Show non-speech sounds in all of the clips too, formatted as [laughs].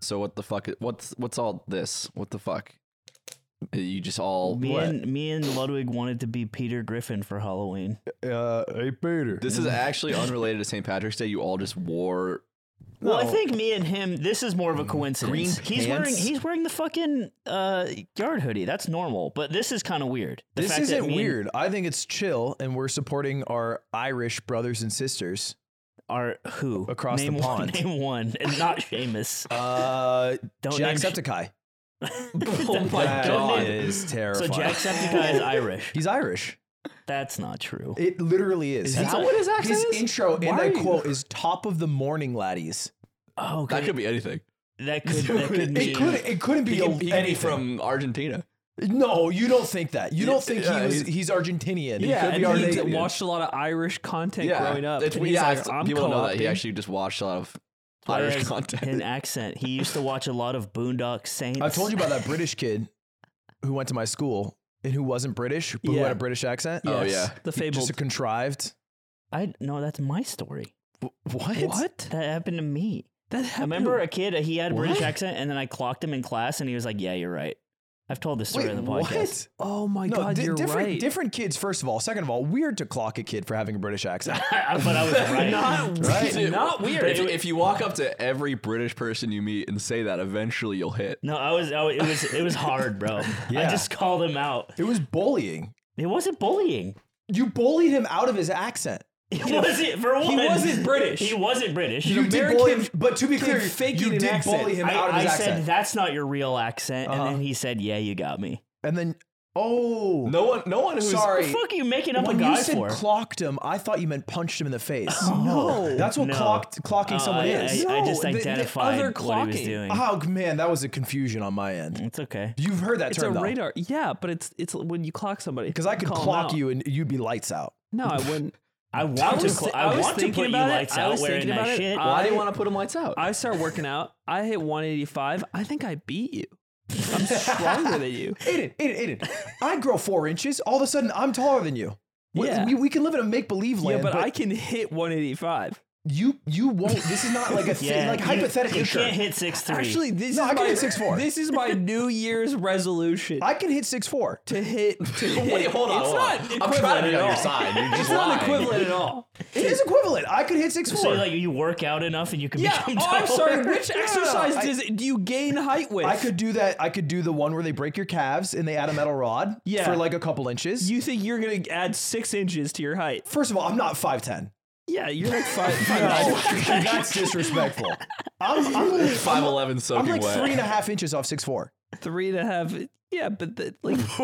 So what the fuck? What's what's all this? What the fuck? You just all Me what? and me and Ludwig wanted to be Peter Griffin for Halloween. Uh, hey Peter. This [laughs] is actually unrelated to St. Patrick's Day. You all just wore. Well, I No. Mm. think me and him. This is more of a coincidence. Green he's wearing pants. he's wearing the fucking uh, yard hoodie. That's normal, but this is kind of weird. The this fact that isn't me and- weird. I think it's chill, and we're supporting our Irish brothers and sisters. Are who Across the Name one- pond. name one, and not [laughs] Seamus. Uh, Don't name Jacksepticeye. [laughs] Oh my That god! is So terrifying. [laughs] Jacksepticeye is Irish. He's Irish. That's not true. It literally is. that He's- Oh, what his accent his is? intro, and Why I are you- quote, is "top of the morning, laddies." Oh, okay. That could be anything. [laughs] that could that could mean It couldn't. It couldn't be, He could, he could be anything. from Argentina. No, you don't think that. You don't think Yeah, he was, he's- he's, Argentinian. Yeah, and he could be he's- Argentinian. Argentinian. watched a lot of Irish content Yeah, growing up. It's, and he's yeah, like, it's- I'm people know that he co-opting." actually just watched a lot [laughs] of Whereas Irish content. in accent. He used to watch a lot of Boondock Saints. I've told you about that British kid who went to my school and who wasn't British, but who Yeah. had a British accent. [laughs] Oh, Yes, yeah. the Just fabled. a contrived. I no, that's my story. What? what? That happened to me. That I happened. remember a kid. He had a British What? accent, and then I clocked him in class, and he was like, "Yeah, you're right." I've told this story Wait, on the what? podcast. Oh my no, god, di- you're different, right. different kids, first of all. Second of all, weird to clock a kid for having a British accent. but [laughs] I was [laughs] right. Not Right. weird. Not weird. If, if you walk up to every British person you meet and say that, eventually you'll hit. no, I was. I, was- it was. It was hard, [laughs] bro. I Yeah. just called him out. it was bullying. It wasn't [laughs] bullying. You bullied him out of his accent. It wasn't for one. wasn't British. He wasn't British. You did American- bully him, but to be clear, Dude, fake you you did did accent. bully him I, out of his I accent. said that's not your real accent, Uh-huh. and then he said, "Yeah, you got me." and then, oh, No one, no one who's sorry. What the fuck are you making up When a guy you said for? clocked him, I thought you meant punched him in the face. no, that's what No. clocked clocking Oh, someone I, is. I, I No, just the- the identified other what he was clocking. doing. oh man, that was a confusion on my end. It's okay. You've heard that It's a term radar. Yeah, but it's it's when you clock somebody. because I could call 'em clock out. you and you'd be lights out. No, I wouldn't. [laughs] I want I was to. Cl- thi- I, I was want to thinking put you about it. lights I out was wearing thinking that about it. shit. Why do you I- want to put him lights out? I started working out. I hit 185. I think I beat you. I'm stronger [laughs] than you. Aiden, Aiden, Aiden. I grow four inches. All of a sudden, I'm taller than you. We- Yeah. We, we can live in a make believe Yeah, land, but I can hit 185. you you won't. This is not like a thing. Yeah, like you- hypothetically, you sure. can't hit six three. Actually, this No, is I can my hit 6'4". This [laughs] is my New Year's resolution I can hit six four. to hit. To [laughs] hit. Wait, hold on. It's hold on. not equivalent I'm trying to be on at your all. [laughs] side. You're just It's not lying. equivalent at [laughs] all. It is equivalent. I could hit six so four. like you work out enough and you can Yeah. become Oh, I'm taller. sorry. [laughs] Which exercise I- does it, do you gain height with? I could do that. I could do the one where they break your calves and they add a metal rod Yeah. for like a couple inches. You think you're gonna add six inches to your height? First of all, I'm not five ten. Yeah, you're like five. five [laughs] that's disrespectful. I'm, I'm, Five eleven I'm soaking like wet. three and a half inches off six four. three and a half. Yeah, but the, like [laughs]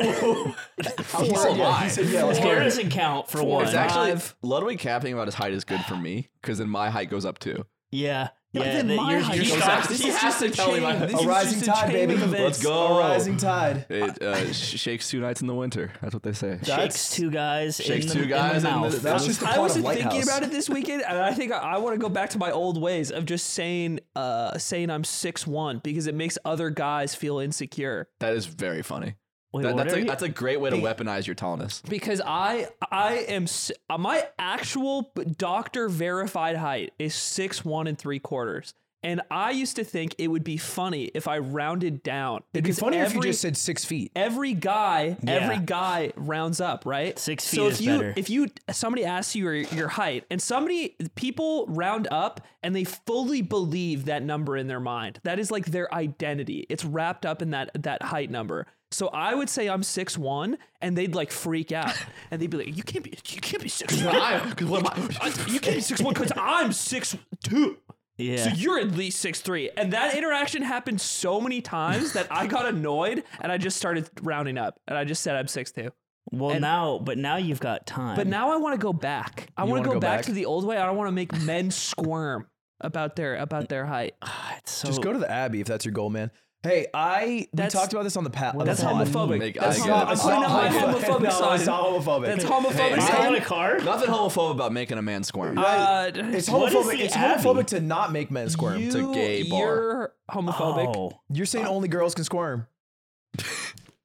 He so said, am yeah, I. he said, yeah, let's Four go. doesn't count for one. It's actually Five. Ludwig capping about his height is good for me because then my height goes up too. yeah. Yeah. then that my you're- height you're goes stuck. up. This He is has just to a tell me chain. my- This A is rising just a tide, chain baby. of events. Let's go. A rising tide. It uh, sh- shakes two nights in the winter. That's what they say. Shakes That's- two guys. Shakes in the, two in the guys in the- mouth. That's just the I plot of wasn't thinking Lighthouse. about it this weekend, and I think I, I want to go back to my old ways of just saying, uh, saying I'm six one because it makes other guys feel insecure. That is very funny. Wait, That- what that's, are a, you- that's a great way to weaponize your tallness. Because I, I am s- uh, my actual doctor verified height is six one and three quarters, and I used to think it would be funny if I rounded down. It'd be because funnier if you every- just said six feet. every guy every Yeah. guy rounds up right Six so feet if is you better. if you somebody asks you your, your height and somebody people round up and they fully believe that number in their mind that is like their identity it's wrapped up in that that height number so I would say I'm six one, and they'd like [laughs] freak out, and they'd be like, "You can't be, you can't be six one. I, 'cause what am I? You can't be six one because I'm six two. yeah. So you're at least six three, and that interaction happened so many times that I got annoyed and I just started rounding up, and I just said I'm six two. well, now, but now you've got time. But now I want to go back. I want wanna to go, go back, back? to the old way. I don't want to make men squirm about their about their height. It's so- Just go to the Abbey if that's your goal, man. Hey, I we That's- talked about this on the pat. That's on the pod. homophobic. Make That's eye homo- I'm contact. putting up my It's not [laughs] homophobic No, sign. it's not homophobic. That's homophobic. Hey, Is that sign. on a card? Nothing homophobic about making a man squirm. Uh, It's What is homophobic. the It's Abbey? homophobic to not make men squirm. It's a gay bar. You're homophobic. Oh. You're saying only girls can squirm.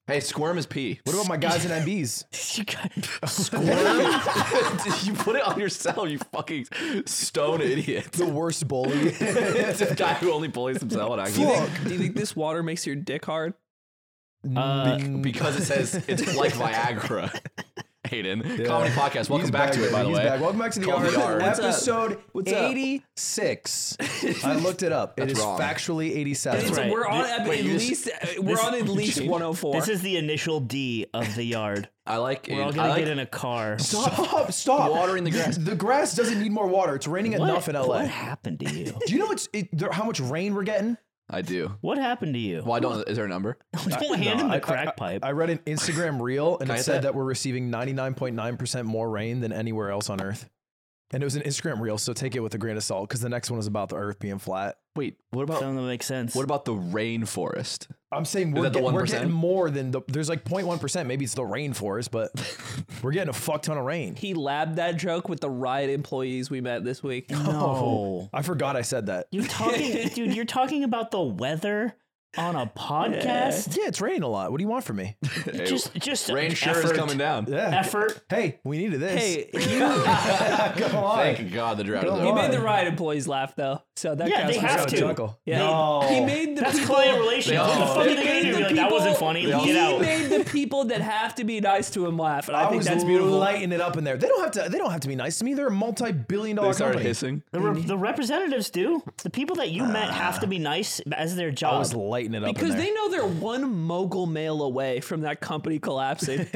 Hey, squirm is pee. What about my guys in [laughs] MBs? You got- [laughs] you put it on yourself, you fucking stone idiot. [laughs] the worst bully. it's a guy who only bullies himself on Do you, accident. think, do you think this water makes your dick hard? uh, Because it says it's like Viagra. Hayden, comedy podcast. Welcome He's back, to it, baby. by the He's way. back. Welcome back to the Call me yard. Yard. What's up? episode What's up? [laughs] 86. I looked it up. It That's is wrong. factually 87. It's- right. We're on Thi- at, wait, at you just- least uh, we're this- on at least 104. this is the initial D of the yard. I like. We're all I gonna like get in a car. Stop, stop. Water in the grass. The grass doesn't need more water. It's raining What- enough in LA. What happened to you? Do you know what's, it, there, how much rain we're getting? I do. [laughs] What happened to you? Well, I don't. Is there a number? [laughs] Don't hand him I- the I- crack I- pipe. I read an Instagram reel and Can I it get said that? that? we're receiving 99.9% more rain than anywhere else on Earth. And it was an Instagram reel, so take it with a grain of salt because the next one is about the Earth being flat. Wait. What about? Doesn't make sense. What about the rainforest? I'm saying we're, that the get- we're 1%? getting more than the, there's like 0.1%. Maybe it's the rainforest, [laughs] but we're getting a fuck ton of rain. he labbed that joke with the riot employees we met this week. [laughs] Oh, no. I forgot I said that. You're talking, dude. You're talking about the weather on a podcast. Yeah, it's raining a lot. What do you want from me? Hey, Just, just rain sure effort. is coming down. Yeah. Effort. Hey, we needed this. Hey, you, come on. Thank God the drought is [laughs] Go you over. on. made the riot employees laugh though, so that Yeah, counts they for have something. to. Chuckle. Yeah. He made the That's people. client relations. What the all- fuck they are they gonna made do? the Be Like, that people- wasn't funny. He Get out. made the people that have to be nice to him laugh, and I, I, think was that's beautiful. lighting it up in there. They don't have to. They don't have to be nice to me. They're a multi-billion They dollar started company. hissing. The, re- the representatives do. The people that you met have to be nice as their I job. was lighting it up in because there. they know they're one mogul mail away from that company [laughs] collapsing.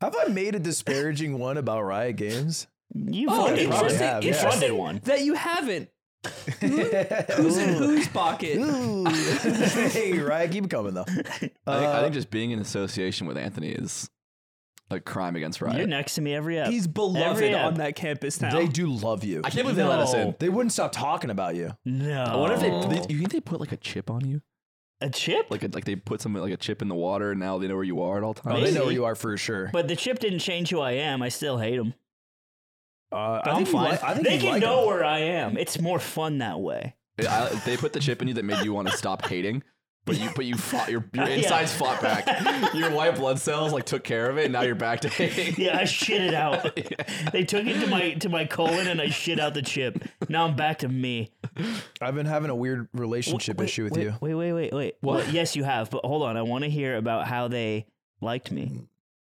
have I made a disparaging one about Riot [laughs] Games? you Oh, funded one. interesting. have, You yeah. funded Interesting one. that you haven't. who's in whose pocket? Ooh. [laughs] hey, Riot, keep it coming though. I, think, I Uh, think just being in association with Anthony is a crime against riot. You're next to me every ep. He's Every beloved ep. on that campus now. They do love you. I can't believe they let us in. No. They wouldn't stop talking about you. no. I wonder if they, they. You think they put like a chip on you? a chip? Like a, like they put something like a chip in the water, and now they know where you are at all Oh, times. they Maybe. know where you are for sure. But the chip didn't change who I am. I still hate him. Uh, But I I'm think you fine. like- I think they you can like know 'em. where I am. It's more fun that way. They, I, they put the chip in you that made you want to stop hating. But you, but you fought your your Yeah. insides fought back. Your white blood cells like took care of it, and now you're back to hating. Yeah, I shit it [laughs] out. [laughs] Yeah. they took it to my to my colon and I shit out the chip. Now I'm back to me. I've been having a weird relationship issue with wait, you. Wait, wait, wait, wait. What? yes, you have, but hold on. I want to hear about how they liked me.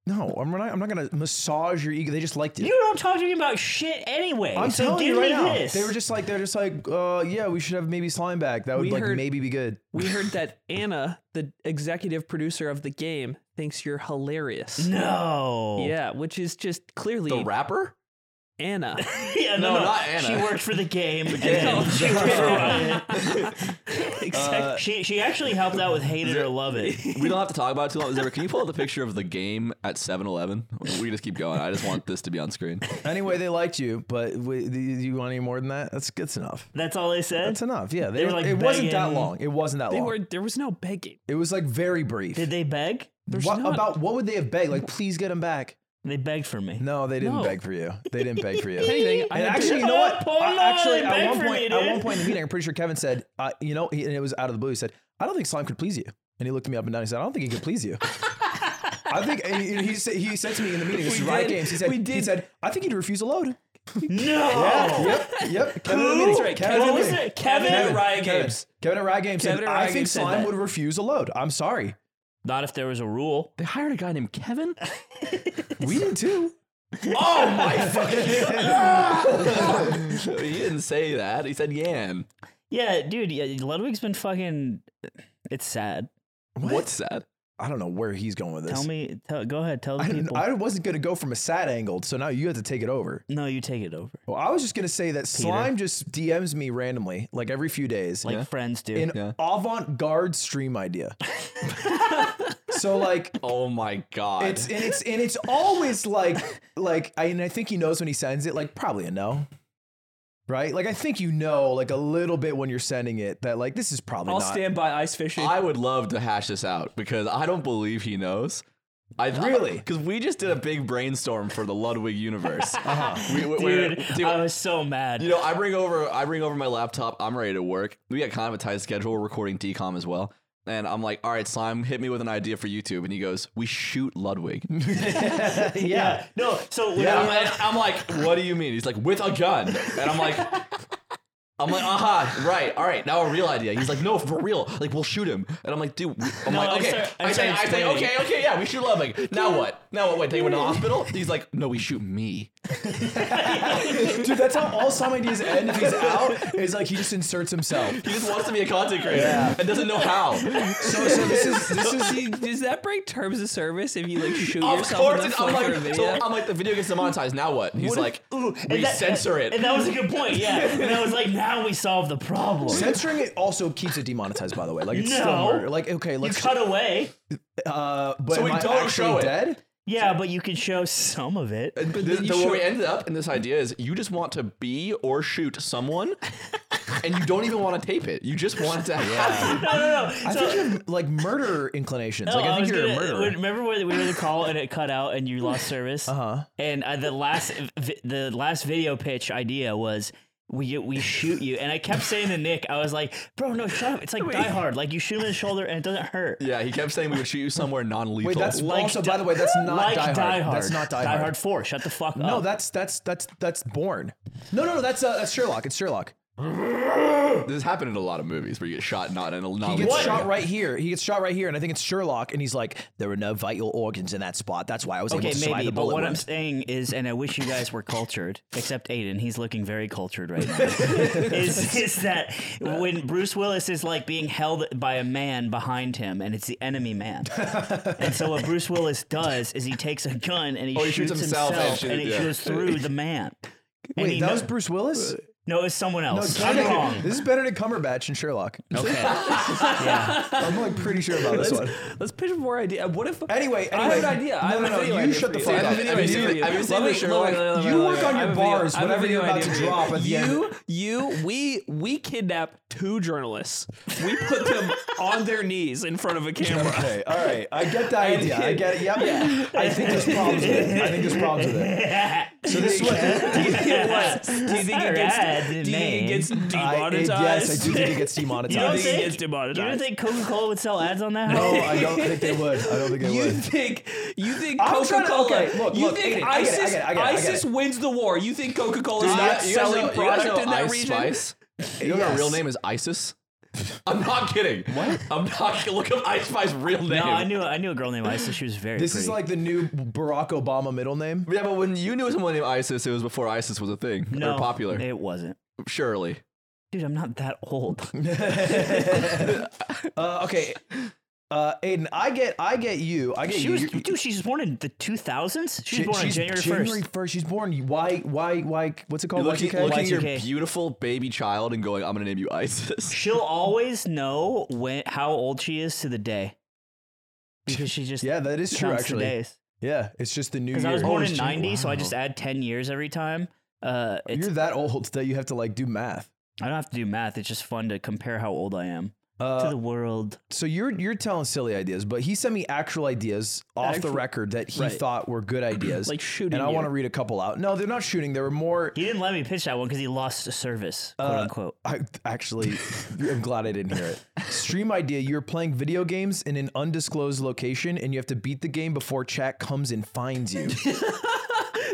No, I'm not. I'm not gonna massage your ego. They just liked you. You don't talk to me about shit anyway. I'm so telling give you right me now. this. They were just like they're just like, uh, yeah, we should have maybe slime back. That would We like heard- maybe be good. We heard that Anna, the executive producer of the game, thinks you're hilarious. no. Yeah, which is just clearly The rapper? [laughs] Anna. [laughs] Yeah, no, No, no. not Anna. She worked for the [laughs] game. [laughs] and game. then she worked for Riot. [laughs] Uh, Exactly. she she actually helped out with hate it or love it. [laughs] We don't have to talk about it too long. Zebra, can you pull up the picture of the game at 7-Eleven? We just keep going. I just want this to be on screen. Anyway, they liked you, but w- do you want any more than that? That's that's enough. That's all they said. That's enough. Yeah, they, were, like, it wasn't that begging. long. It wasn't that They Oh. long. were there was no begging. it was like very brief. Did they beg? what not- about what would they have begged? Like, please get him back. They begged for me. No, they didn't No. beg for you. They didn't beg for you. Anything, I And had to- actually, you know [laughs] what? Oh, I- no, actually, they at begged one for point, me, at one dude. point in the meeting, I'm pretty sure Kevin said, uh, you know, he, and it was out of the blue. He said, "I don't think slime could please you." And he looked at me up and down. He said, "I don't think he could please you." I think and he, he, said, he said to me in the meeting, "This We is Riot did. Games." He said, We "He did. said, I think he'd refuse a load." No. Yep, yep. Kevin, in the meeting. That's in right. the Kevin- What was meeting. it? Kevin? Kevin at Riot Kevin. Games. Kevin at Riot Games Kevin said, at I Riot think Games said slime that. would refuse a load. I'm sorry. Not if there was a rule. They hired a guy named [laughs] Kevin? We did [laughs] too. [laughs] Oh [laughs] my fucking He didn't say that. He said Yan. Yeah, dude. Yeah, Ludwig's been fucking. It's sad. What's that? I don't know where he's going with this. Tell me. Tell, go ahead. Tell the I, didn't- people. I wasn't going to go from a sad angle, so now you have to take it over. no, you take it over. Well, I was just going to say that Slime just DMs me randomly, like every few days, Like friends do. an Yeah. avant garde [laughs] stream idea. so, like, Oh my god. it's and it's and it's always like like I, and I think he knows when he sends it like probably a no. Right? Like I think you know like a little bit when you're sending it that like this is probably I'll not stand by ice fishing. I would love to hash this out because I don't believe he knows. I Really? because we just did a big brainstorm for the Ludwig [laughs] universe. uh-huh. we, we, we're- dude, I was so mad. You know, I bring over I bring over my laptop. I'm ready to work. We got kind of a tight schedule. We're recording decom as well. and I'm like, all right, Slime, hit me with an idea for YouTube. And he goes, we shoot [laughs] Ludwig. [laughs] yeah. No. So when And I- I'm, like, I'm like, what do you mean? He's like, with a gun. And I'm like, I'm like, aha, right, all right, now a real idea. He's like, no, for real, like we'll shoot him. And I'm like, dude, we- I'm No, I like, okay, start- I I, say, start I say, explaining. okay, okay, yeah, we shoot Ludwig. Now what? Now what? Wait, they went to [laughs] the hospital. He's like, no, we shoot me. Dude, that's how all some ideas end. If he's out, is like he just inserts himself. He just wants to be a content creator and doesn't know how. So, so this is this is [laughs] [laughs] See, does that break terms of service if you like shoot Of yourself in course, the it's- foot I'm for a like, so video? I'm like, the video gets demonetized. Now what? And he's like, Ooh, and we that- censor it. And that was a good [laughs] point. Yeah. And I was like, now we solve the problem. censoring it also keeps it demonetized. By the way, like it's still No. murder. Like okay, You let's cut away. Uh, but So we am I don't actually show it. Dead? Yeah, but you can show some of it. [laughs] But then the, you the- where we should- ended up in this idea is you just want to be or shoot someone, and you don't even want to tape it. You just want it to happen. No, no, no. I So- think you have like murder inclinations. No, like I think was you're gonna- a murderer. Remember when we were in the call and it cut out and you lost service? Uh [laughs] Uh-huh. And uh, the last vi- the last video pitch idea was we we shoot you, and I kept saying to Nick, I was like, "Bro, no, shut up! It's like Die Hard. Like you shoot him in the shoulder and it doesn't hurt." Yeah, he kept saying we would shoot you somewhere non-lethal. Wait, that's Like also Di- by the way, that's not like Die, Hard. That's not Die, Hard. Four. Shut the fuck No, up. that's that's that's that's Born. No, no, no, that's uh, that's Sherlock. It's Sherlock. this has happened in a lot of movies where you get shot not in a He non-lethal. gets shot right here. He gets shot right here, and I think it's Sherlock. And he's like, there were no vital organs in that spot. That's why I was Okay, able to survive maybe, the but bullet. what I'm wound." saying is, and I wish you guys were cultured, except Aiden, he's looking very cultured right now. [laughs] is, is that when Bruce Willis is like being held by a man behind him, and it's the enemy man. and so what Bruce Willis does is he takes a gun and he, Oh, he shoots, shoots himself, himself and shoot- and it yeah. goes through the man. And Wait, he that kno- was Bruce Willis. no, it's someone else. I'm Benedict- wrong. This is Benedict Cumberbatch and Sherlock. Okay. [laughs] I'm like pretty sure about this [laughs] one. Let's pitch more idea. What if Anyway, I have an anyway, idea. no, I have no, a no, video you idea shut the for fuck I have up. a video Have you seen the- idea for you. have you seen Let the me- show, let like- me- let me- let me- You let me- work let me- on your I have a bars, I have a whatever video you're about idea to for you. drop at the end. You, you, we, we kidnap two journalists. We put [laughs] them on their knees in front of a camera. [laughs] Okay, all right. I get the idea. I get it. Yep. I think there's problems with it. I think there's problems [laughs] with it. So this is what Do you think [laughs] what? Do you think it Alright, gets? Do you think man. it gets I, it- demonetized? yes, I do think it gets Do you don't demonetized. think think- it gets You don't demonetized? think Coca Cola would sell ads on that? no, I don't think they would. I don't think they You would. think you think I'm trying Coca to- Cola? okay, look, you look, think Aiden, I get ISIS it, I get it, I get it, I get ISIS it. wins the war? You think Coca Cola is You not guys- you guys selling know- you guys product know in that Ice region? Spice? You know her real name is Isis. I'm not kidding. What? I'm not look up Ice Spice's real name. [laughs] No, I knew I knew a girl named Isa. She was very. This pretty. is like the new Barack Obama middle name. yeah, but when you knew someone named Isis, it was before Isis was a thing no, or popular. It wasn't. Surely. Dude, I'm not that [laughs] old. Uh, okay. Uh, Aiden, I get, I get you. I get She you. was, You're- dude. She was born in the 2000s. She was She- born on she's January January 1st. 1st. She's born. Why? Why? Why? What's it called? Looking, Y2K? looking at your Y2K. beautiful baby child and going, I'm gonna name you Isis. She'll always know when how old she is to the day because she [laughs] just Yeah, that is true. counts the Actually, days. yeah, it's just the new. Because I was year. Oh, born in Holy shit, 90, so I wow. just add 10 years every time. Uh, it's, You're that old that you have to like do math. I don't have to do math. It's just fun to compare how old I am to the world. So you're you're telling silly ideas, but he sent me actual ideas off the Actual- record that he Right. thought were good ideas. Like shooting And I you. want to read a couple out. No, they're not shooting. They were more. He didn't let me pitch that one because he lost a service, quote unquote. I actually, I'm glad I didn't hear it. Stream idea: You're playing video games in an undisclosed location, and you have to beat the game before chat comes and finds you.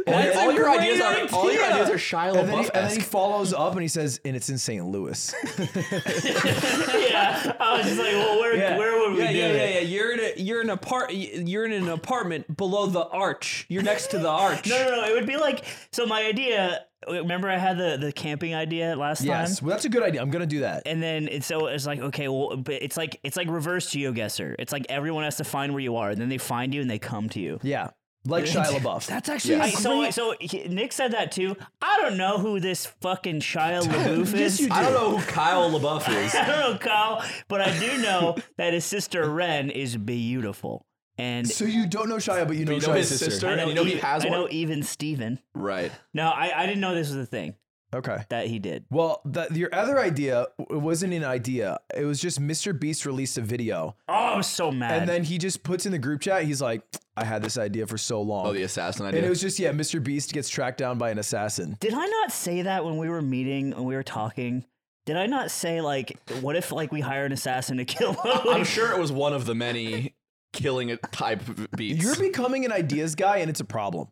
All your- That's all a your great ideas are all your idea. ideas are Shia and, then he, and then he LaBeouf. follows up and he says, "And it's in St. Louis." [laughs] yeah, I was just like, well, [laughs] where where would we Yeah, do yeah, it? yeah, yeah. You're in a you're in a part you're in an apartment below the arch. You're next to the [laughs] arch. No, no, no. It would be like so. My idea. Remember, I had the the camping idea last yes, time. well, that's a good idea. I'm gonna do that. And then it's so it's like okay, well, but it's like it's like reverse geoguesser. It's like everyone has to find where you are, and then they find you and they come to you. Yeah, like Shia LaBeouf. That's actually I, a so great- so he- Nick said that too. I don't know who this fucking [laughs] Shia LaBeouf is. I don't know [laughs] who Kyle LaBeouf is. [laughs] I don't know Kyle, but I do know that his sister Ren is beautiful. And So you don't know Shia, but you know, you know Shia's his sister. sister? I and know, you know he Eve- has I know one? even Steven. Right. No, I, I didn't know this was a thing Okay. that he did. Well, the, your other idea w- wasn't an idea. It was just Mr. Beast released a video, Oh, I'm so mad. and then he just puts in the group chat. He's like, "I had this idea for so long." Oh, the assassin and idea. it was just yeah, Mr. Beast gets tracked down by an assassin. Did I not say that when we were meeting and we were talking? Did I not say like, what if like we hire an assassin to kill? Lily? I'm sure it was one of the many killing it type of beats. [laughs] You're becoming an ideas guy, and it's a problem.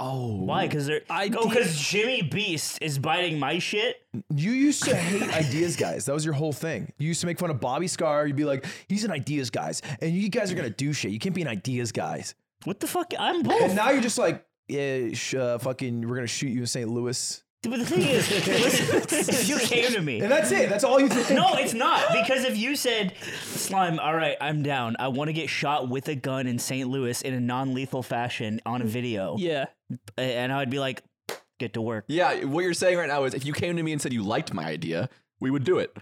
oh, [laughs] Why? Because they're I oh, did- because Jimmy Beast is biting my shit. You used to hate ideas guys. That was your whole thing. You used to make fun of Bobby Scar. You'd be like, he's an ideas guys, and you guys are gonna do shit. You can't be an ideas guys. What the fuck? I'm both. And now you're just like, yeah, sh- uh, fucking, we're gonna shoot you in St. Louis, but the [laughs] thing is, [laughs] listen, you came to me. and that's it. That's all you think. No, it's not because if you said, "Slime, all right, I'm down. I want to get shot with a gun in St. Louis in a non-lethal fashion on a video," Yeah. and I'd be like, "Get to work." Yeah, what you're saying right now is if you came to me and said you liked my idea, we would do it.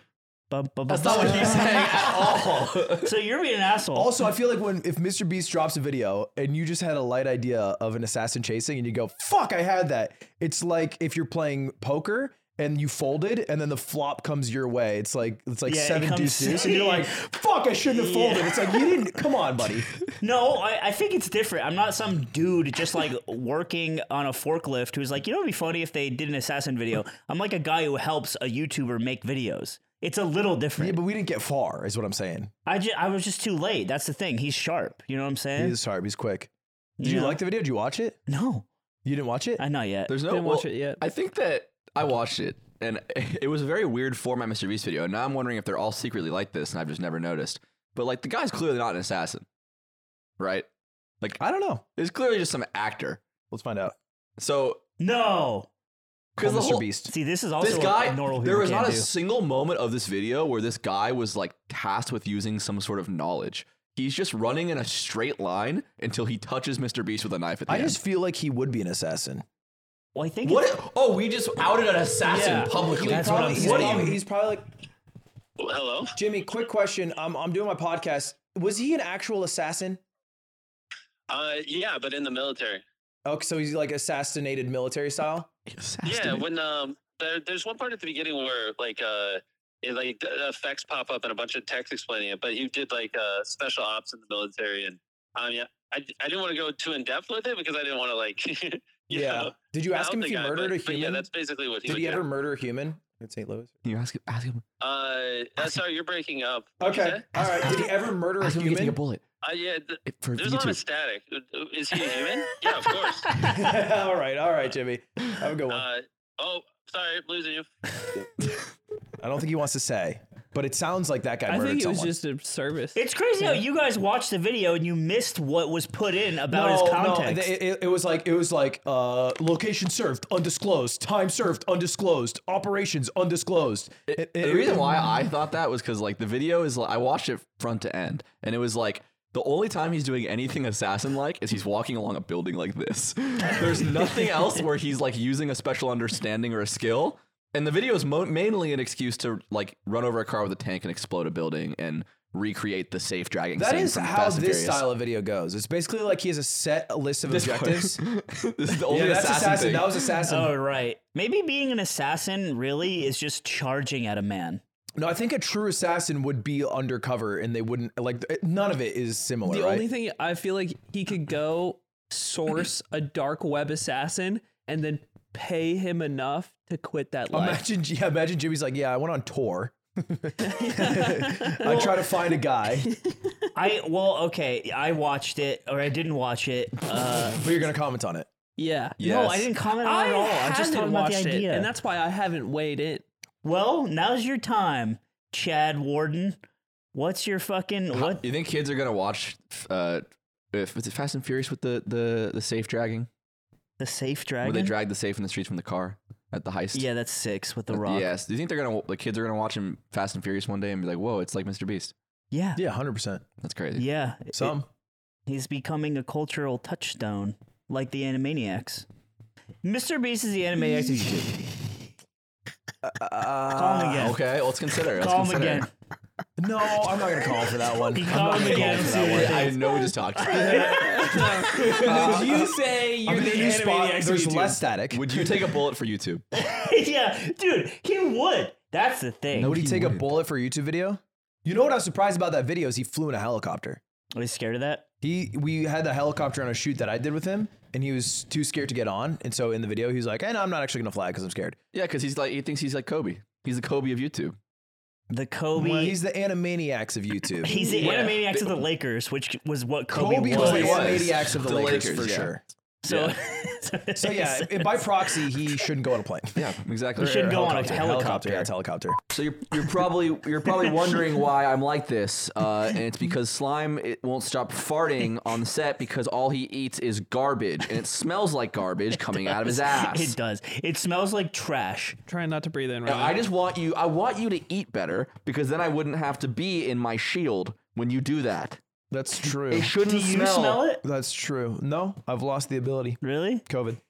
Bum, bum, That's bum, not what bum. [laughs] he's saying at all. [laughs] So you're being an asshole. Also, I feel like when if Mr. Beast drops a video and you just had a light idea of an assassin chasing and you go, fuck, I had that. It's like if you're playing poker and you folded and then the flop comes your way. It's like it's like Yeah, it seven comes- deuce deuce and you're like, fuck, I shouldn't have folded. It's like [laughs] you didn't come on, buddy. No, I, I think it's different. I'm not some dude [laughs] just like working on a forklift who's like, you know, it'd be funny if they did an assassin video. I'm like a guy who helps a YouTuber make videos. It's a little Yeah, different. but we didn't get far, is what I'm saying. I, ju- I was just too late. That's the thing. He's sharp. You know what I'm saying? He's sorry, he's quick. Did you Yeah. like the video? Did you watch it? No, You didn't watch it? I not yet. There's no Didn't watch it yet. I think that I watched it and [laughs] it was a very weird for my Mr. Beast video. And now I'm wondering if they're all secretly like this and I've just never noticed. But like the guy's clearly not an assassin. Right? I don't know. It's clearly just some actor. Let's find out. So No. because Call the Mr. whole, Beast. See, this is also this guy, a normal there people was can't not a do. single moment of this video where this guy was like tasked with using some sort of knowledge. He's just running in a straight line until he touches Mr. Beast with a knife at the I end. just feel like he would be an assassin. Well, I think what? it's- if- Oh, we just outed an assassin Yeah. publicly. That's what I'm He's What do probably- you- he's probably like Hello. Jimmy, quick question. I'm, I'm doing my podcast. Was he an actual assassin? Uh, yeah, but in the military. Oh, so he's like assassinated military style? Yeah, Assassinate. when um, there, there's one part at the beginning where like uh, it, like the effects pop up and a bunch of text explaining it. But you did like uh, special ops in the military, and um, yeah, I, I didn't want to go too in depth with it because I didn't want to like. [laughs] you know, Did you ask out him the if he guy, murdered but, a But yeah, human? that's basically what he Did would he ever do. murder a human in St. Louis? Can you ask, ask him? Uh, uh, sorry, you're breaking up. What'd you Okay. say? All right. Did he ever murder a Ask him if he can take a human? bullet Uh, yeah, th- if- for there's a lot of YouTube. static. Uh, Is he a human? [laughs] yeah, of course. [laughs] all right. All right, Jimmy. Have a good one. Uh, oh, sorry, losing you. I don't think he wants to say, but it sounds like that guy I murdered think it was someone. just a service. it's crazy how you guys watched the video and you missed what was put in about his context. it, it- it was like it was like uh, location served, undisclosed. Time served, undisclosed. Operations, undisclosed. It- it- the reason why I thought that was because like the video is like I watched it front to end, and it was like the only time he's doing anything assassin like is he's walking along a building like this. [laughs] There's nothing else where he's like using a special understanding or a skill. And the video is mo- mainly an excuse to like run over a car with a tank and explode a building and recreate the safe dragging. That scene is from how Fast and this Furious. style of video goes. It's basically like he has a set a list [laughs] of This part. objectives. [laughs] this is the only Yeah, that's assassin. assassin. thing. That was assassin. Oh, right. Maybe being an assassin really is just charging at a man. No, I think a true assassin would be undercover, and they wouldn't like th- none of it is similar. The right? only thing I feel like he could go source a dark web assassin and then pay him enough to quit that life. imagine, yeah, imagine Jimmy's like, yeah, I went on tour. [laughs] [laughs] I try to find a guy, I well, okay. I watched it, or I didn't watch it. Uh, but you're gonna comment on it. Yeah. No, Yes. I didn't comment on I it at all. I haven't just talked about watched the it, idea. and that's why I haven't weighed in. well, now's your time, Chad Warden. What's your fucking what? You think kids are gonna watch? Uh, if, was it Fast and Furious with the the the safe dragging? The safe Where dragon. they drag the safe in the streets from the car at the heist? yeah, that's six Uh, with the rock. Yeah. Yes. Do you think they're gonna the kids are gonna watch him Fast and Furious one day and be like, "Whoa, it's like Mr. Beast." Yeah. Yeah, hundred percent. That's crazy. Yeah. Some He's becoming a cultural touchstone, like the Animaniacs. Mr. Beast is the Animaniacs of YouTube. Call him again. Okay, let's consider. Let's Call him consider. again. no, I'm not gonna call for that one. He I'm called not gonna me call again. for See that what one. it I know we just talked. [laughs] you say you're Uh, I'm gonna use spot. There's less static. Would you take a bullet for YouTube? [laughs] yeah, dude, he would. That's the thing. No, Would he He take a wouldn't. bullet for a YouTube video? You know what I was surprised about that video is he flew in a helicopter. Are you scared of that? He we had the helicopter on a shoot that I did with him, and he was too scared to get on. And so in the video, he was like, "And I'm not actually gonna fly because I'm scared." Yeah, because he's like he thinks he's like Kobe. He's the Kobe of YouTube. The Kobe. Well, he's he's the animaniacs [laughs] of YouTube. the Yeah. Animaniacs of the Lakers, which was what Kobe, Kobe was was. the Kobe was. animaniacs of the, The Lakers, Lakers, for yeah. sure. So, [laughs] So [laughs] yeah, i- by proxy, he shouldn't go on a plane. Yeah, exactly. You shouldn't go [laughs] on a helicopter. Yeah, it's helicopter. So you're, you're probably you're probably wondering why I'm like this, uh, and it's because slime it won't stop farting on the set because all he eats is garbage, and it smells like garbage coming out of his ass. It does. It smells like trash. Trying not to breathe in. Right. I just want you. I want you to eat better because then I wouldn't have to be in my shield when you do that. That's It true. shouldn't Do you smell, it? That's true. No, I've lost the ability. Really? COVID.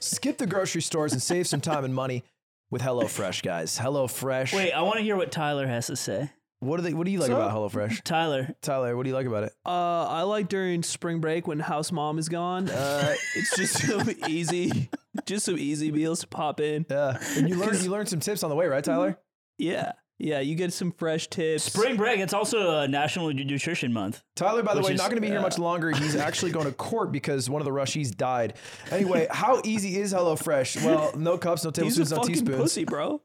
Skip the grocery stores and save some time and money with HelloFresh, guys. HelloFresh. Wait, I want to hear what Tyler has to say. what do they? What do you like about HelloFresh? Tyler, Tyler, what do you like about it? Uh, I like during spring break when house mom is gone. Uh, it's just some easy, just some easy meals to pop in. Yeah, and you learned you learned some tips on the way, right, Tyler? Yeah, yeah. You get some fresh tips. spring break. It's also uh, National Nu- Nutrition Month. Tyler, by the Which way, is, not going to be here much longer. He's actually [laughs] going to court because one of the Rushies died. Anyway, how easy is HelloFresh? [laughs] Well, no cups, no He's a tablespoons, no fucking teaspoons. pussy, bro.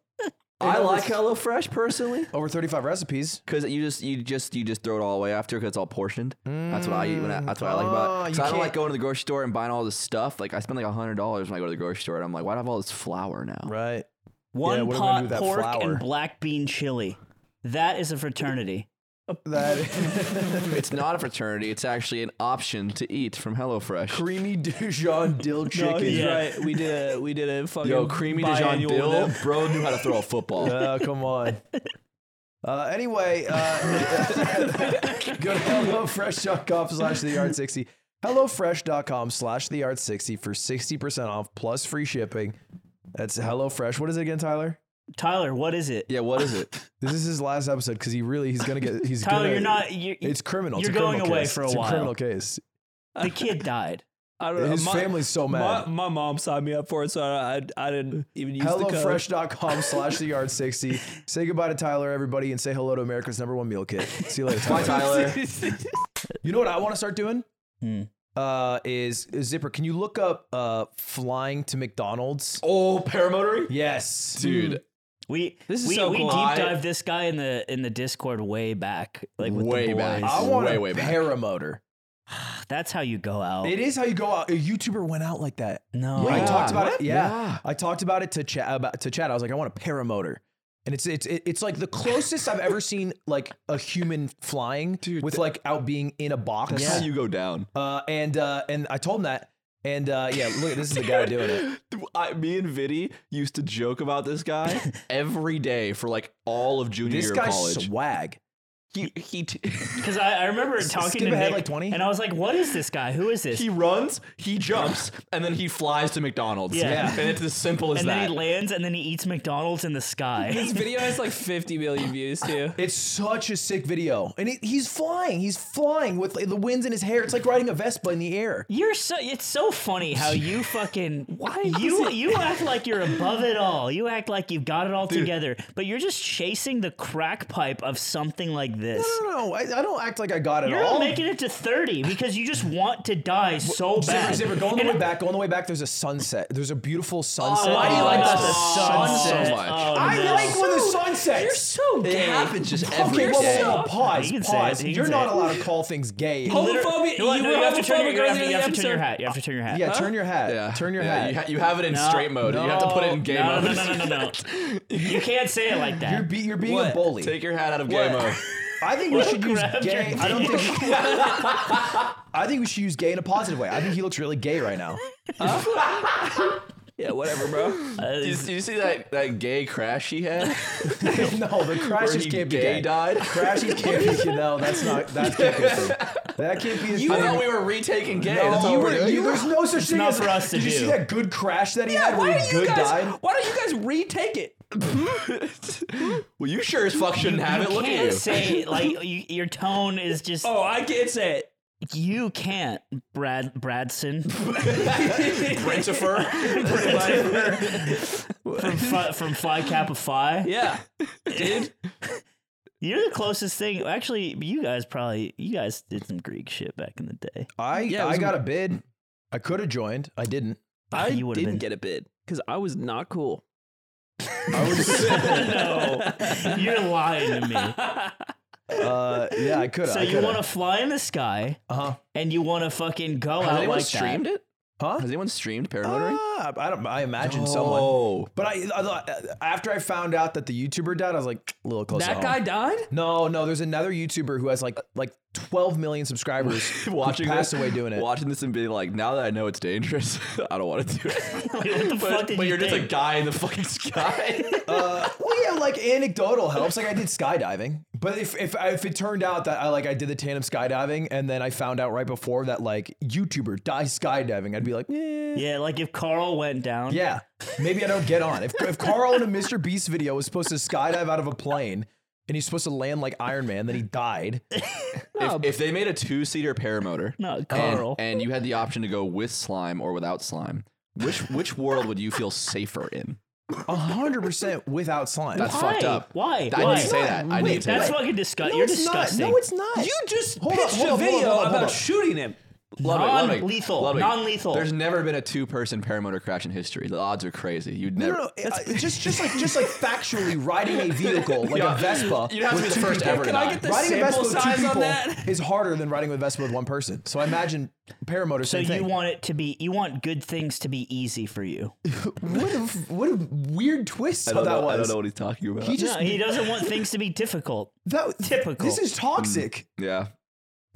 I like HelloFresh personally Over 35 recipes. because you just you just you just throw it all away after because it's all portioned. that's what I eat. When I, that's what I like Ah, Mm. about. Oh, you it. So I don't can't- like going to the grocery store and buying all this stuff. Like I spend like hundred dollars when I go to the grocery store, and I'm like, why do I have all this flour now? Right. One what am I pot gonna do with that pork flour? and black bean chili. That is a fraternity. That [laughs] It's not a fraternity. It's actually an option to eat from HelloFresh. creamy Dijon dill chicken. [laughs] No, he's Yeah. right. Oh, We did a we did a fucking Yo, creamy Dijon biannual dill, dip. bro knew how to throw a football. Oh, come on. Uh, anyway, uh, [laughs] go to HelloFresh.com slash the yard 60. HelloFresh.com slash the yard 60 for 60% off plus free shipping. That's HelloFresh. What is it again, Tyler? Tyler, what is it? Yeah, what is it? This is his last episode because he really, he's going to get, he's Tyler, gonna, you're not. You're, It's criminal. It's you're a criminal going away case. for a it's while. A criminal case. the kid died. I don't know. His my, family's so my, mad. my mom signed me up for it, so I I, I didn't even use the code. HelloFresh.com slash the yard 60. Say goodbye to Tyler, everybody, and say hello to America's number one meal kit. See you later. Bye, [laughs] Tyler. You know what I want to start doing? Hmm. Uh, is, is Zipper? Can you look up uh flying to McDonald's? oh, paramotoring? Yes, Hmm. Dude, We This is we, so we cool. deep I- dive this guy in the in the Discord way back, like with Way the boys. back. I want Way, a way back. Oh. paramotor. That's how you go out. It is how you go out. A YouTuber went out like that. no, I Yeah. talked about it. What? Yeah. Yeah. I talked about it to chat about to chat. I was like, I want a paramotor. And it's it's it- it's like the closest I've ever seen like a human flying Dude, with that- like out being in a box. that's how you go down. uh, and uh, and I told him that. And uh, yeah, look, this is the guy doing it. I, me and Viddy used to joke about this guy every day for like all of [laughs] junior This year of guy's college. swag. he he t- because I, I remember talking skip to ahead Nick, like 20? and I was like, "What is this guy? Who is this?" he runs, he jumps, and then he flies to McDonald's. Yeah. Yeah. and it's as simple as and that. then he lands, and then he eats McDonald's in the sky. [laughs] This video has like 50 million views too. It's such a sick video, and it, he's flying. He's flying with like, the winds in his hair. It's like riding a Vespa in the air. You're so it's so funny how you [laughs] fucking why you you act like you're above it all. You act like you've got it all together, but you're just chasing the crack pipe of something like this. I don't know. I, I don't act like I got it You're all. not making it to 30 because you just want to die so Zipper, bad. Zipper, go on the And way back. Go on the way back. There's a sunset. There's a beautiful sunset. why do you Oh, like it's the sunset? so much? Oh, I no. like when the sun sets. so it gay. happens just every Okay, day. whoa, whoa, whoa, pause, He can say it, pause. he can You're say not it. allowed to call things gay. Homophobia. No, you no, were you have to turn your, you have to, homophobic earlier in you the have to episode. turn your hat. You have to turn your hat. Yeah, turn your hat. Yeah, Turn your yeah, hat. You, ha- you have it in straight mode. You have to put it in gay no, mode. no, no, no, no, no, no. you can't say it like that. You're, be- you're being a What? [laughs] bully. Take your hat out of gay What? mode. I think we should use Grab gay. your I don't think. I think we should use gay in a positive way. I think he looks really gay right now. Yeah, whatever, bro. Uh, Did you, did you see that, that gay crash he had? [laughs] no, the Where crashes he can't be gay gay. died? Crashes can't be gay. No, that's not. That can't be. a thing. That can't be. A I thought thing. we were retaking gay. No, That's all you we're were- doing. you- there's no such thing not as for us to Did you see do. that good crash that he had Why where do he you good guys? [laughs] died? Why don't you guys retake [laughs] it? well, you sure as fuck shouldn't have it. you Look at can't you. say it, like you, your tone is just Oh, I can't say it. you can't Brad Bradson [laughs] [laughs] Princifer. [laughs] from Phi, from Phi Kappa Phi. Yeah. You're the closest thing. Actually, you guys probably you guys did some Greek shit back in the day. I Yeah, it I was- got a bid. I could have joined. I didn't. I You would've didn't been- get a bid because I was not cool. I would say, No, you're lying to me. uh, yeah, I could. So you want to fly in the sky Uh-huh. and you want to fucking go Has out anyone like streamed that. it? Huh? Has anyone streamed Paramotering? Uh, I don't. I imagine someone. Oh, But I, I thought- after I found out that the YouTuber died, I was like a little close. to that home. guy died? No, no. There's another YouTuber who has like like 12 [laughs] million subscribers. who watching passed this, away doing it. watching this and being like, now that I know it's dangerous, [laughs] I don't want to do [laughs] it. What the fuck but did but you are just a think? guy in the fucking sky. Uh, well, yeah, like anecdotal helps. Like I did skydiving, but if if if it turned out that I like I did the tandem skydiving, and then I found out right before that like YouTuber dies skydiving, I'd be like, eh. yeah, like if Carl went down. yeah, maybe I don't get on. If if Carl in a Mr. Beast video was supposed to skydive out of a plane. And he's supposed to land like Iron Man, then he died. Oh, if, if they made a two-seater paramotor, No, and- Carl. and you had the option to go with slime or without slime, which which world would you feel safer in? hundred percent without slime. That's Why? fucked up. Why? I Why? didn't say that. I didn't say That's that. fucking disgusting. no, you're it's disgusting. not. No, it's not. you just Hold on, pitched hold on, a hold on, video hold on, hold on. about shooting him. Ludwig, Ludwig, Non-lethal, Ludwig, non-lethal. There's never been a two-person paramotor crash in history. The odds are crazy. You'd No, never. no, no. I- just, just [laughs] like, just like factually riding a vehicle like Yeah. a Vespa. You'd have to with be the two first people. ever to Can I die. get the riding a Vespa sample with two size people on that? is harder than riding a Vespa with one person. So I imagine paramotor. so Same you thing. want it to be you want good things to be easy for you. what a what a weird twist I how don't, that know, I was. don't know what he's talking about. He just No, he doesn't want things to be difficult. that Typical. This is toxic. yeah.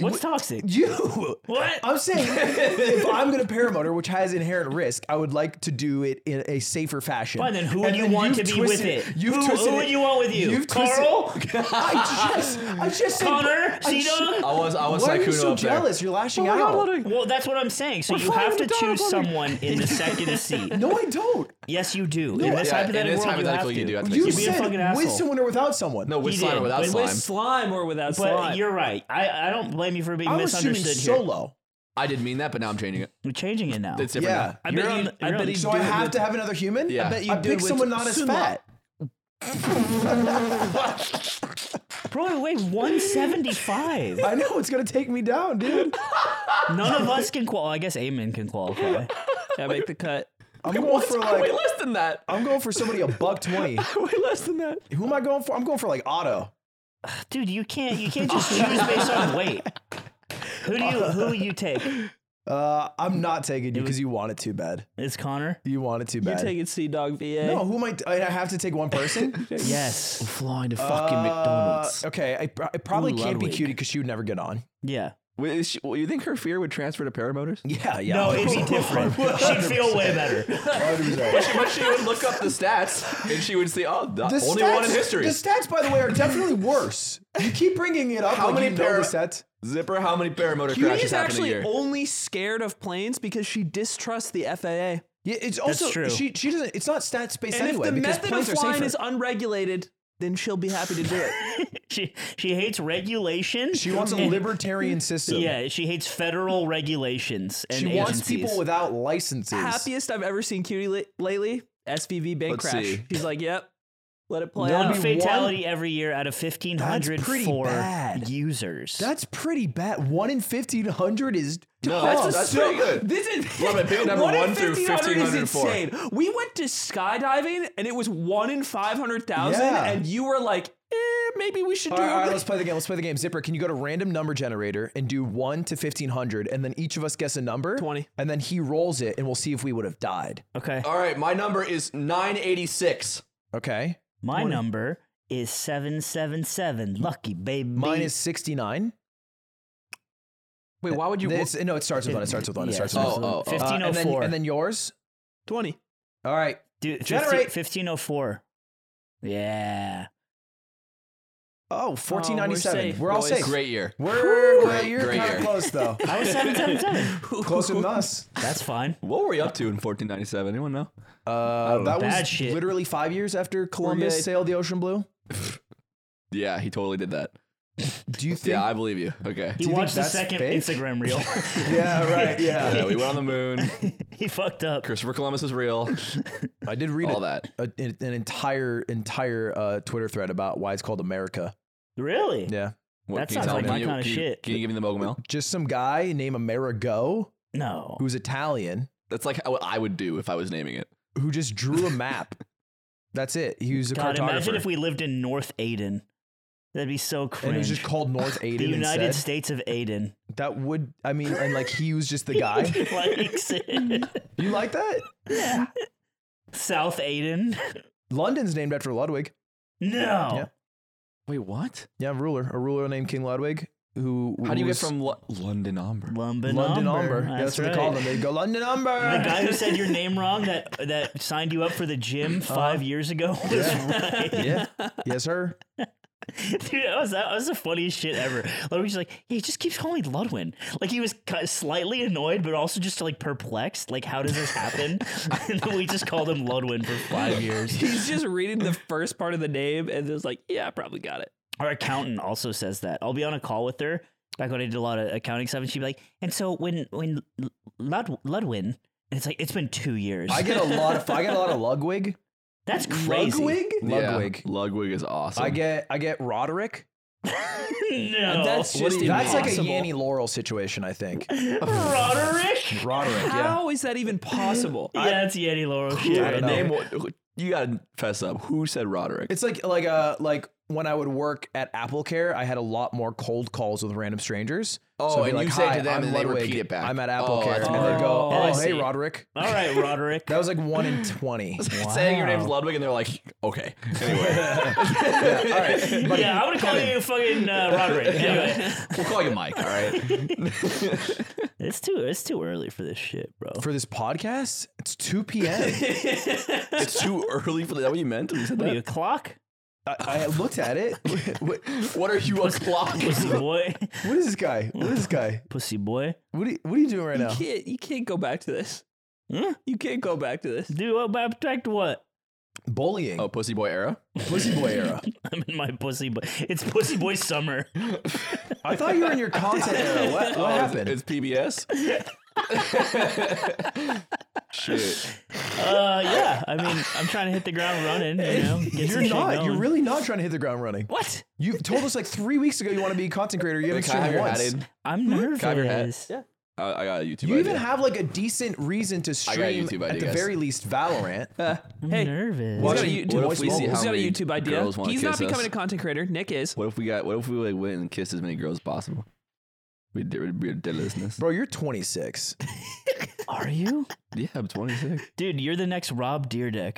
What's toxic? Mm. You. What? I'm saying if I'm going to paramotor, which has inherent risk, I would like to do it in a safer fashion. Fine, then who would And you want you've to be with twisted it? Who- who would you want with you? You've twisted- Carl? [laughs] I just, I just said. Connor? I just- Cena? I was. I was Why are you Sykuno so up there. jealous? You're Oh lashing out. Well, that's what I'm saying. So you flying have in to the choose dog, someone in the second seat. No, I don't. Yes, you do. in this yeah, hypothetical in this world, hypothetical, you, you do have have to to. You You'd be a said fucking with asshole. someone or without someone. No, with He slime did. or without With- slime. With slime or without But slime. you're right. I, I don't blame you for being I was assuming misunderstood here. solo. I didn't mean that, but now I'm changing it. We're changing it now. It's different. Yeah. now. I You're bet on you, the- you're I on bet you the- So do I it have with- to have another human. Yeah. I bet you I do pick it with someone not as sumo. fat. Bro, I weigh 175. I know it's gonna take me [laughs] down, dude. None of us can qualify. I guess Eamon can qualify. Yeah, make the cut. [laughs] I'm going for like Way [laughs] less than that. I'm going for somebody a buck twenty. [laughs] Way less than that. Who am I going for? I'm going for like Otto. Dude, you can't you can't just [laughs] choose based on weight. Who do you who you take? Uh, I'm not taking you because you want it too bad. It's Connor? You want it too You bad. take it, Sea Dog VA. no, who am I? I have to take one person. Yes. Flying to Uh, Okay, I, pr- I probably Ooh, can't be Ludwig. cutie because she would never [laughs] get on. Yeah. Wait, is she, well, you think her fear would transfer to [laughs] paramotors? Yeah, yeah. No, [laughs] it'd be different. She'd feel way better. 100%. but she would look up the stats and she would see, oh, the [laughs] The only stats, one in history. The stats, by the way, are definitely worse. You keep bringing it up. How like many you know para- the stats? Zipper, how many paramotor Cutie crashes is happen a actually year? only scared of planes because she distrusts the FAA. Yeah, it's also true. she. She doesn't. It's not stats based And anyway. if the because method of planes are flying safer. is unregulated, then she'll be happy to [laughs] do it. [laughs] She she hates regulation. [laughs] she wants a and- libertarian system. Yeah, she hates federal regulations and She wants agencies. people without licenses. Happiest I've ever seen Cutie li- lately, SVB bank Let's crash. see. She's like, yep, let it play That'd one [laughs] out. be Uh, fatality every year out of 1500 That's pretty for bad. users. That's pretty bad. One in fifteen hundred is No, tough. that's- that's So, pretty good. This is Love it. [laughs] Pick number in one through 1500 is 1504. insane. We went to skydiving and it was one in five hundred thousand, Yeah. and you were like, eh, maybe we should all do. right, all right, it. let's [laughs] play the game. Let's play the game. Zipper, can you go to random number generator and do one to fifteen hundred, and then each of us guess a number, 20. and then he rolls it, and we'll see if we would have died. okay. All right, my number is 986. Okay, My number is 777. Lucky baby. mine is sixty nine. Wait, why would you? It's, no, it starts with one. It starts with one. It Yeah, starts with starts one. with oh, oh. Uh, and, then, 1504. and then yours. Twenty. All right. Dude, generate. 15, 1504. Yeah. Oh, 1497. safe, we're, all boys. safe. Great year. We're, we're Great- you're great kind of year. close though. [laughs] I [laughs] was 777. Closer than us. That's fine. What were we up to in 1497? Anyone know? Uh, that Bad was shit. literally five years after good. Columbus sailed the ocean blue. Yeah, he totally did that. Do you think? Yeah, I believe you. Okay. He you think watched the that's second fake? Instagram reel. [laughs] [laughs] Yeah, right. Yeah, Yeah, we went on the moon. he fucked up. Christopher Columbus is real. I did read All a, that. a, an an entire entire uh, Twitter thread about why it's called America. Really? Yeah, What, That can you sounds tell like me? my Can you- kinda can you- shit. Can you give me the Mogul Mail? just some guy named Amerigo No. who's Italian That's like what I would do if I was naming it. [laughs] who just drew a map That's it. He was a God, cartographer. imagine if we lived in North Aden. That'd be so cringe. and it was just called North [laughs] the Aiden United instead. States of Aden. That would, I mean, and like he was just the [laughs] [laughs] guy. Likes it. You like that? [laughs] South Aden. London's named after Ludwig. No. Yeah. Wait, what? Yeah, ruler. A ruler named King Ludwig. Who? How do you get was from Lo- London Umber? London, London Umber? Yeah, That's, That's, what right. they call them. They go London Umber. The guy who said your name wrong that that signed you up for the gym 5 years ago was right. yeah. [laughs] Yes, sir. Dude, that was, that was the funniest shit ever. Ludwig's like, he just keeps calling me Ludwin. Like, he was ki- slightly annoyed, but also just like perplexed. Like, how does this happen? and then we just called him Ludwin for [laughs] five years. [laughs] He's just reading the first part of the name and is like, yeah, I probably got it. Our accountant also says that. I'll be on a call with her back when I did a lot of accounting stuff, and she'd be like, and so when, when L- Lud- Ludwin, and it's like, it's been two years. I get a lot of. I get a lot of Ludwig. [laughs] That's crazy. Ludwig. Yeah, Ludwig. Ludwig is awesome. I get. I get Roderick. [laughs] no. That's Oh, What just do you- That's like a impossible. Yanny Laurel situation, I think. Roderick? Roderick. Yeah. How is [laughs] that even possible? Yeah, that's Yeti Laurel. shit. yeah, don't know. name what- you gotta fess up. Who said Roderick? It's like like uh like when I would work at Apple Care, I had a lot more cold calls with random strangers. Oh, I'd be and you say "Hi, to them I'm and they Ludwig. repeat it back." I'm at Apple Oh, Care, that's and better. they go, Oh, I "Oh, hey, see. Roderick." All right, Roderick. That was like one in twenty. [laughs] Saying your name's Wow. Ludwig and they're like, okay. Anyway, [laughs] All right, buddy. Yeah, I would call you fucking [laughs] uh, Roderick. Anyway, we'll call you Mike. All right. [laughs] it's too it's too early for this shit, bro. For this podcast, it's two p.m. It's too early for the. Is that what you meant? when you said what are you that? a clock? I, I looked at it. What, What are you a clock? Pussy boy, [laughs] what is this guy? What is this guy? pussy boy. What are you, what are you doing right now? You can't you can't go back to this. Huh? You can't go back to this. Do what? Back to what? [laughs] Bullying, Oh, pussy boy era. pussy boy era. I'm in my pussy boy. It's pussy boy summer. I thought you were in your content era. [laughs] What, what Oh, it's- happened? It's PBS. Shit. Uh, yeah. I mean, I'm trying to hit the ground running. You [laughs] know, get some You're shit not. You're going. really not trying to hit the ground running. what? You told us like three weeks ago you want to be a content creator. You haven't Can I have streamed your once. hat in? I'm nervous. have your hat? uh, I, I got a YouTube. You even idea. have like a decent reason to I got a stream YouTube at idea, the guys. very least Valorant. I'm Hey, nervous. He's got a Watching- YouTube, what if we he's see how got a many YouTube idea. girls wanna He's not kiss us? becoming a content creator. [laughs] Nick is. What if we got? What if we like went and kissed as many girls as possible? We did. We'd be ridiculousness. Bro, you're 26. Are you, Yeah, I'm 26. [laughs] dude? You're the next Rob Deerdeck.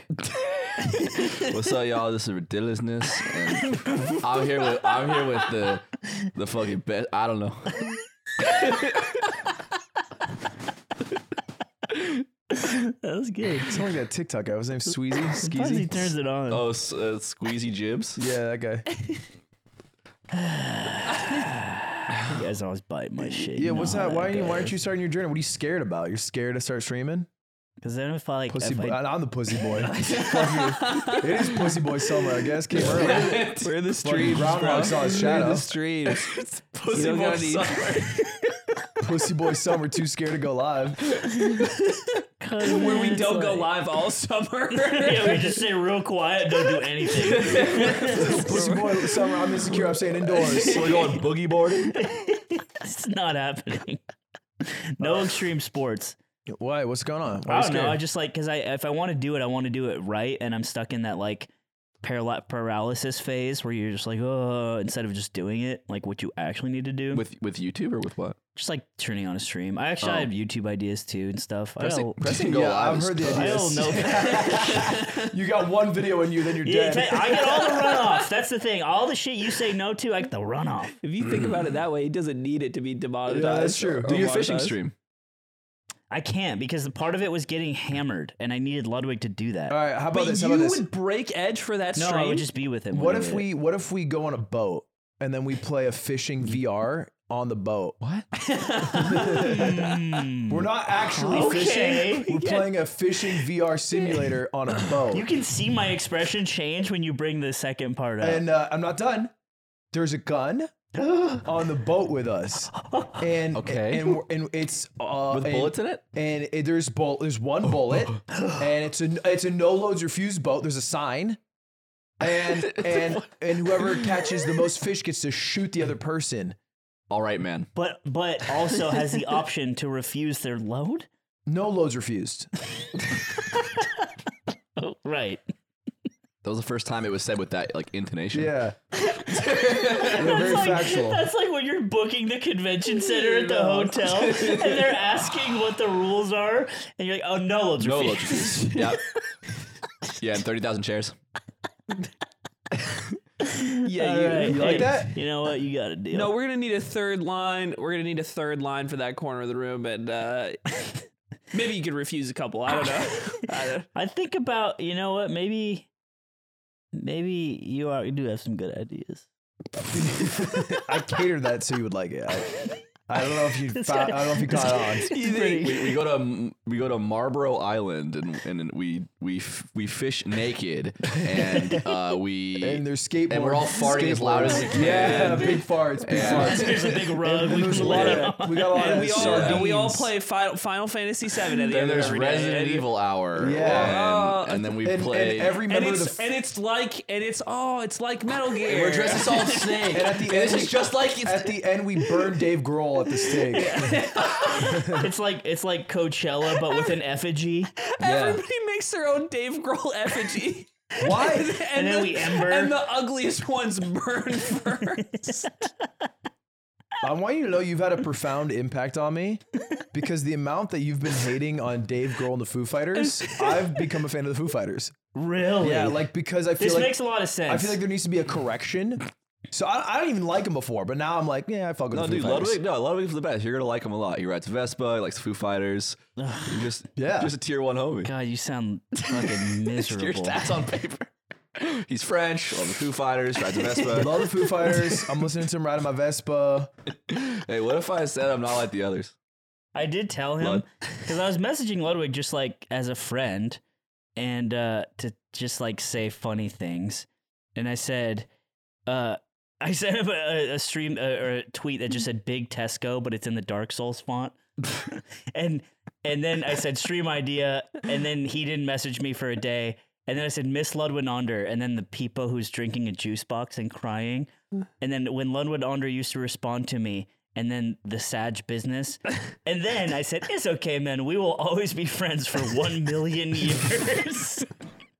What's up, y'all? This is ridiculousness. And [laughs] I'm here with I'm here with the the fucking best. I don't [laughs] know. That was good. It's like [laughs] that TikTok guy. His name's Sweezy. Sometimes he Skeezy. turns it on. Oh, s- uh, squeezy jibs. Yeah, that guy. You guys always bite my shit. Yeah, what's that? Why, are you, why aren't you starting your journey? What are you scared about? You're scared to start streaming? Because then if I like, Pussy if boy. I, I'm the pussy [laughs] boy. Fuck you. It is pussy boy summer, I guess. Came early. Where the Fucking Groundhog saw his shadow. [laughs] streams. Pussy You don't boy gotta need- summer. [laughs] Pussy boy summer, too scared to go [laughs] live. Where we don't go live. live all [laughs] summer. [laughs] Yeah, we just stay real quiet, don't do [laughs] anything. Pussy boy summer, I'm insecure. I'm staying [laughs] indoors. We're going boogie boarding. it's not happening. No extreme sports. Why? What's going on? Why are Oh. I you don't know. I scared? just like because I if I want to do it, I want to do it right, and I'm stuck in that like paral- paralysis phase where you're just like, oh, instead of just doing it, like what you actually need to do, With with YouTube or with what? just like turning on a stream. I actually I have YouTube ideas too and stuff. I Pressing, Oh. [laughs] don't, pressing go yeah, live. I've is heard the tough. I idea. don't [laughs] know. You got one video in you, then you're Yeah, dead. ta- I get all the runoff. That's the thing. All the shit you say no to, I get the runoff. If you think about it that way, he doesn't need it to be demonetized. Yeah, that's true. or Do your fishing monetized. stream. I can't because the part of it was getting hammered, and I needed Ludwig to do that. All right, how about But this? How you about this? would break edge for that no, stream. I would just be with him. What when if he did we what if we go on a boat and then we play a Mm. fishing VR on the boat? [laughs] What? Hmm. We're not actually Okay. [laughs] fishing. We're playing a fishing VR simulator on a it? You boat. can see my expression change when you bring the second part up. And uh, I'm not done. There's [gasps] a gun on the boat with us, and Okay. and, we're, and it's uh, With and- bullets in it? and it, there's bull, there's one [laughs] bullet, and it's a it's a no loads refused boat. There's a sign, [laughs] and and and whoever catches the most fish gets to shoot the other person. All right, man. but but also has the option to refuse their load. No loads refused. Right. That was the first time it was said with that like intonation. Yeah. They're very [laughs] That's like- factual. That's like when you're booking the convention center at the [laughs] hotel and they're asking what the rules are, and you're like, oh, no loads No are loads of [laughs] fees. fees. Yeah. [laughs] Yeah, and thirty thousand chairs. Yeah, All right, Uh, you like hey, that? You know what? You got to deal. No, we're gonna need a third line. We're gonna need a third line for that corner of the room, and uh, maybe you could refuse a couple. I don't know. I don't- I think about, you know what? Maybe, maybe you are you do have some good ideas. [laughs] I catered that so you would like it. I, I don't know if you [laughs] This found, guy- I don't know if you this caught guy- [laughs] on. it's We, pretty- we go to we go to Marlboro Island and and we we f- we fish naked and uh, we [laughs] And there's skateboards. And we're all farting as loud as we skateboards. can. Yeah, big farts, big Yeah. [laughs] farts. There's [laughs] a big rug. And we there's a can lot lay of on. we got a lot And of we all and we all sardines. play Final, Final Fantasy VII at the then end of there's every day. Resident And- Evil Hour. Yeah. Uh, and, and then we And, play and every And member of the it's and it's like and it's oh it's like Metal Gear. We're dressed [laughs] as Solid Snake. [laughs] And at the end, this is we- just like it's, at the end, we burn Dave Grohl at the stake. [laughs] [laughs] It's like it's like Coachella, but with an effigy. Everybody makes their own Dave Grohl [laughs] effigy. Why? And, then the, we ember. And the ugliest ones burn first. I want you to know you've had a profound impact on me because the amount that you've been hating on Dave Grohl and the Foo Fighters, I've become a fan of the Foo Fighters. Really? Yeah, like because I feel this like makes a lot of sense. I feel like there needs to be a correction. So I, I don't even like him before, but now I'm like, yeah, I fuck with no, the Foo dude, Fighters. Ludwig. No, Ludwig's the best. You're gonna like him a lot. He rides Vespa. He likes Foo Fighters. He's just Yeah. just a tier one homie. God, you [laughs] sound fucking Your miserable. stats on paper. [laughs] He's French. Love the Foo Fighters. Rides a I [laughs] Vespa. love the Foo Fighters. I'm listening to him riding my Vespa. hey, what if I said I'm not like the others? I did tell him Lud- because I was messaging Ludwig just like as a friend and uh, to just like say funny things. And I said, uh, [laughs] I sent him a, a stream uh, or a tweet that just said "Big Tesco," but it's in the Dark Souls font. [laughs] and and then I said stream idea, and then he didn't message me for a day. And then I said Miss Ludwinander, and then the people who's drinking a juice box and crying. And then when Ludwinander used to respond to me, and then the Sag [laughs] business, and then I said it's okay, man. We will always be friends for one [laughs] million years.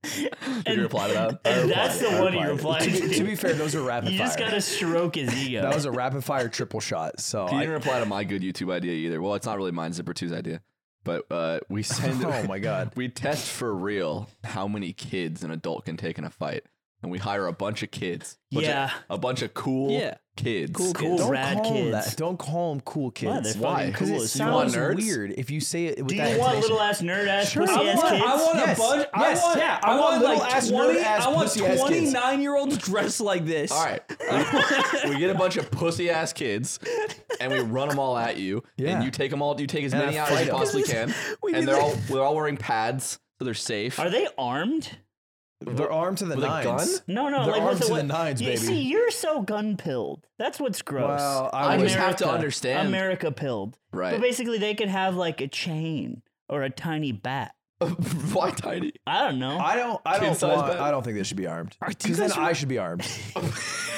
Did you reply to that? I And replied. that's the I one he replied. replied To be, to. to be fair, those are rapid you fire. just gotta stroke his ego. that was a rapid fire triple shot. So He I, didn't reply to my good YouTube idea either. Well, it's not really mine. Zipper 2's idea. But uh, we send. oh my god, [laughs] We test for real how many kids an adult can take in a fight, and we hire a bunch of kids. Bunch of- Yeah. a bunch of cool Yeah. kids. Cool cool, kids. don't rad call kids. him that. Don't call him cool Why? kids. They're Why? fucking Because cool it as fuck. sounds You want nerds? weird if you say it with Do that you want intonation. little ass nerd ass Sure. pussy I ass want, kids? I want Yes. a bunch. Yes, I want, yeah, I I want want little-ass, like twenty. nerd-ass, I want pussy-ass kids. twenty-nine year olds dressed like this. All [laughs] right, we, we get a bunch of pussy ass kids, and we run them all at you, Yeah. and you take them all. You take as And many I out fight as you 'em. possibly can, [laughs] We and need they're to- all we're all wearing pads, so they're safe. Are they armed? They're armed to the With a nines. gun? No, no. They're like armed what the, to the what- nines, you, baby. See, you're so gun pilled. That's what's gross. Well, I I would- just have to understand. America pilled. Right. But basically, they could have like a chain or a tiny bat. [laughs] Why tiny? I don't know. I don't. I don't. Kid-sized Want, bed. I don't think they should be armed. do you Because then guys I should be armed, [laughs]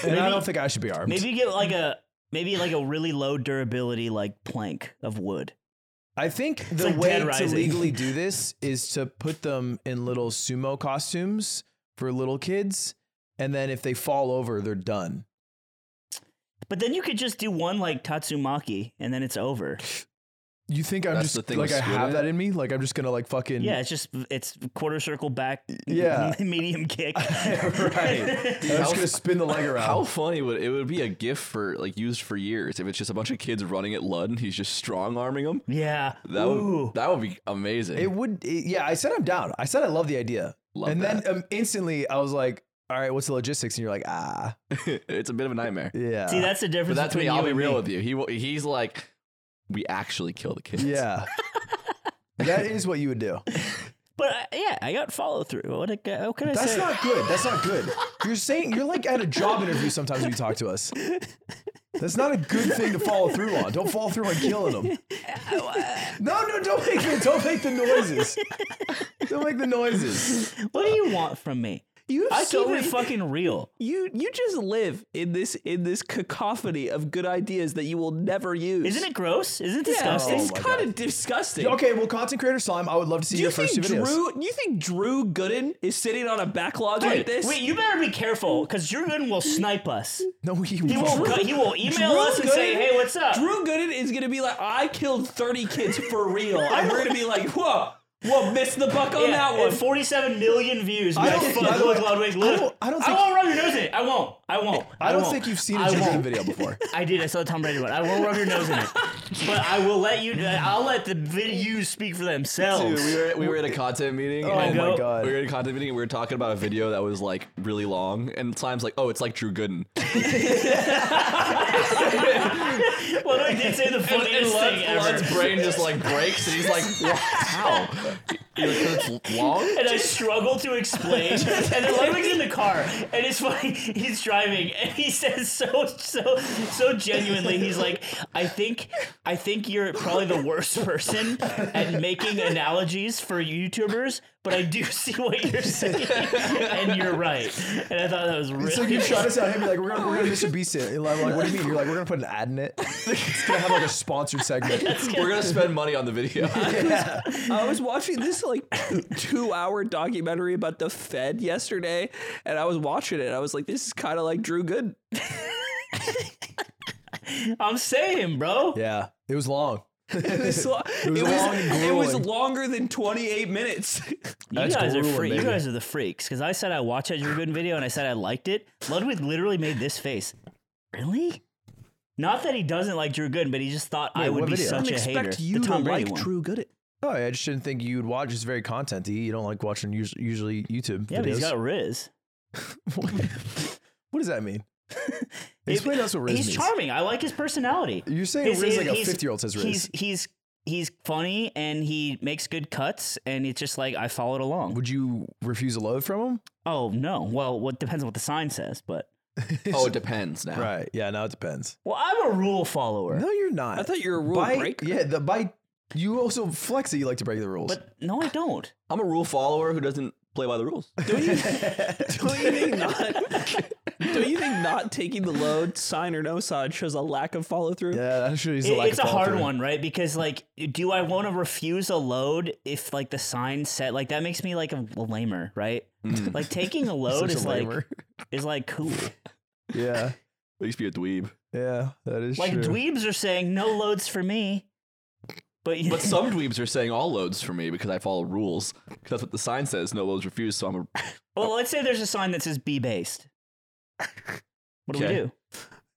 and I don't think I should be armed. maybe you get [laughs] like a maybe like a really low durability like plank of wood. I think the like way Dead to Rising. [laughs] legally do this is to put them in little sumo costumes for little kids, and then if they fall over, they're done. But then you could just do one like Tatsumaki, and then it's over. You think I'm That's the just thing like with I Squid have Eye. that in me? Like I'm just gonna like fucking Yeah, it's just it's quarter circle back. [laughs] Yeah. medium [laughs] kick. right. I'm How- just gonna spin the leg around. How funny would it would be a gift for like used for years if it's just a bunch of kids running at Lud and he's just strong arming them. [laughs] Yeah. That Ooh. would that would be amazing. It would, it- yeah. I said I'm down. I said I love the idea, Love and that. then um, instantly I was like, "All right, what's the logistics?" And you're like, "Ah, [laughs] it's a bit of a nightmare. yeah, See, that's the But difference. that's me. between I'll you be and real me. with you. He will- he's like, we actually kill the kids. yeah." that is what you would do. But I, yeah, I got follow through. What, a- what can I That's say? not good. That's not good. You're saying you're like at a job interview sometimes when you talk to us. That's not a good thing to follow through on. Don't fall through on killing them. No, no, don't make the don't make the noises. Don't make the noises. [laughs] what do you want from me? You I so keep many it fucking real. you you just live in this in this cacophony of good ideas that you will never use. Isn't it gross? Isn't it Yeah, disgusting? Oh it's kind of disgusting. Okay, well, content creator slime. I would love to see Do you your first think two videos. Drew? You think Drew Gooden is sitting on a backlog like this? Wait, you better be careful, because Jurgen will snipe us. no, he, He will, won't. go- he will email Drew us and say, Gooden- hey, what's up? Drew Gooden is gonna be like, I killed thirty kids for [laughs] real, and we're gonna be like, whoa, whoa, missed the buck on yeah, that and one. [laughs] 47 million views. I don't don't, think- fuck I don't- Ludwig Ludwig I Lud. don't- I don't I think- won't rub your nose in it. I won't. I won't. I don't won't. think you've seen I a Drew Gooden won't. video before. I did. I saw a Tom Brady one. I won't rub your nose in it, but I will let you. uh, I'll let the videos speak for Dude, themselves. we were we were [laughs] at a content meeting. Oh and go. my god. We were at a content meeting and we were talking about a video that was like really long, and Slime's like, "Oh, it's like Drew Gooden." Well, I did say the funniest Lud's- thing ever. Lud's brain just like breaks, and he's like, "What? "How?" You're like, "It's long." and I struggle to [laughs] explain. and then Ludwig's in the car, and it's funny. He's driving, and he says so, so, so genuinely. He's like, "I think, I think you're probably the worst person at making analogies for YouTubers, but I do see what you're saying, and you're right." And I thought that was really. It's like you shot us out him. You're like, we're gonna, we're gonna Mr. Beast it. And I'm like, what do you mean? You're like, we're gonna put an ad in it. It's gonna have like a sponsored segment. We're gonna spend money on the video. I was watching this [laughs] like two hour documentary about the Fed yesterday, and I was watching it. and I was like, this is kind of like Drew Gooden. [laughs] [laughs] I'm saying, bro. Yeah, it was long. This lo- [laughs] it was was, long and it was grueling. longer than twenty eight minutes. You That's guys are grueling, free. You baby. guys are the freaks. Because I said I watched that Drew Gooden video and I said I liked it. Ludwig literally made this face. Really? Not that he doesn't like Drew Gooden, but he just thought I Wait, would what be video? such I a hater. expect you the Tom to Brady like one. Drew Gooden. Oh, I just didn't think you'd watch. It's very contenty. You don't like watching us- usually YouTube yeah, but videos. he's got Riz. [laughs] what does [laughs] that mean? Explain to us what Riz He's means. charming. I like his personality. You're saying His- Riz his- like a he's- 50-year-old says Riz. He's he's he's funny and he makes good cuts and it's just like I followed along. Would you refuse a load from him? oh no. Well, what depends on what the sign says, but Oh, [laughs] it depends now. Right. Yeah. Now it depends. well, I'm a rule follower. No, you're not. I thought you were a rule by, breaker. Yeah. The by you also flex that you like to break the rules. But no, I don't. I'm a rule follower who doesn't play by the [laughs] rules. Don't you think not? [laughs] don't you think not taking the load, sign or no sign, shows a lack of follow through? yeah, I'm sure he's It- lack it's of a hard follow-through. one, right? Because like, do I want to refuse a load if like the sign said like that makes me like a, a lamer, right? Hmm. Like [laughs] taking a load Such a is like [laughs] lamer. is like cool. Yeah. Makes me a dweeb. Yeah. That is Like true. dweebs are saying no loads for me, but you [laughs] But some dweebs are saying all loads for me because I follow rules. 'Cause that's what the sign says. No loads refused. So I'm a well, let's say there's a sign that says be based. What do Okay. we do?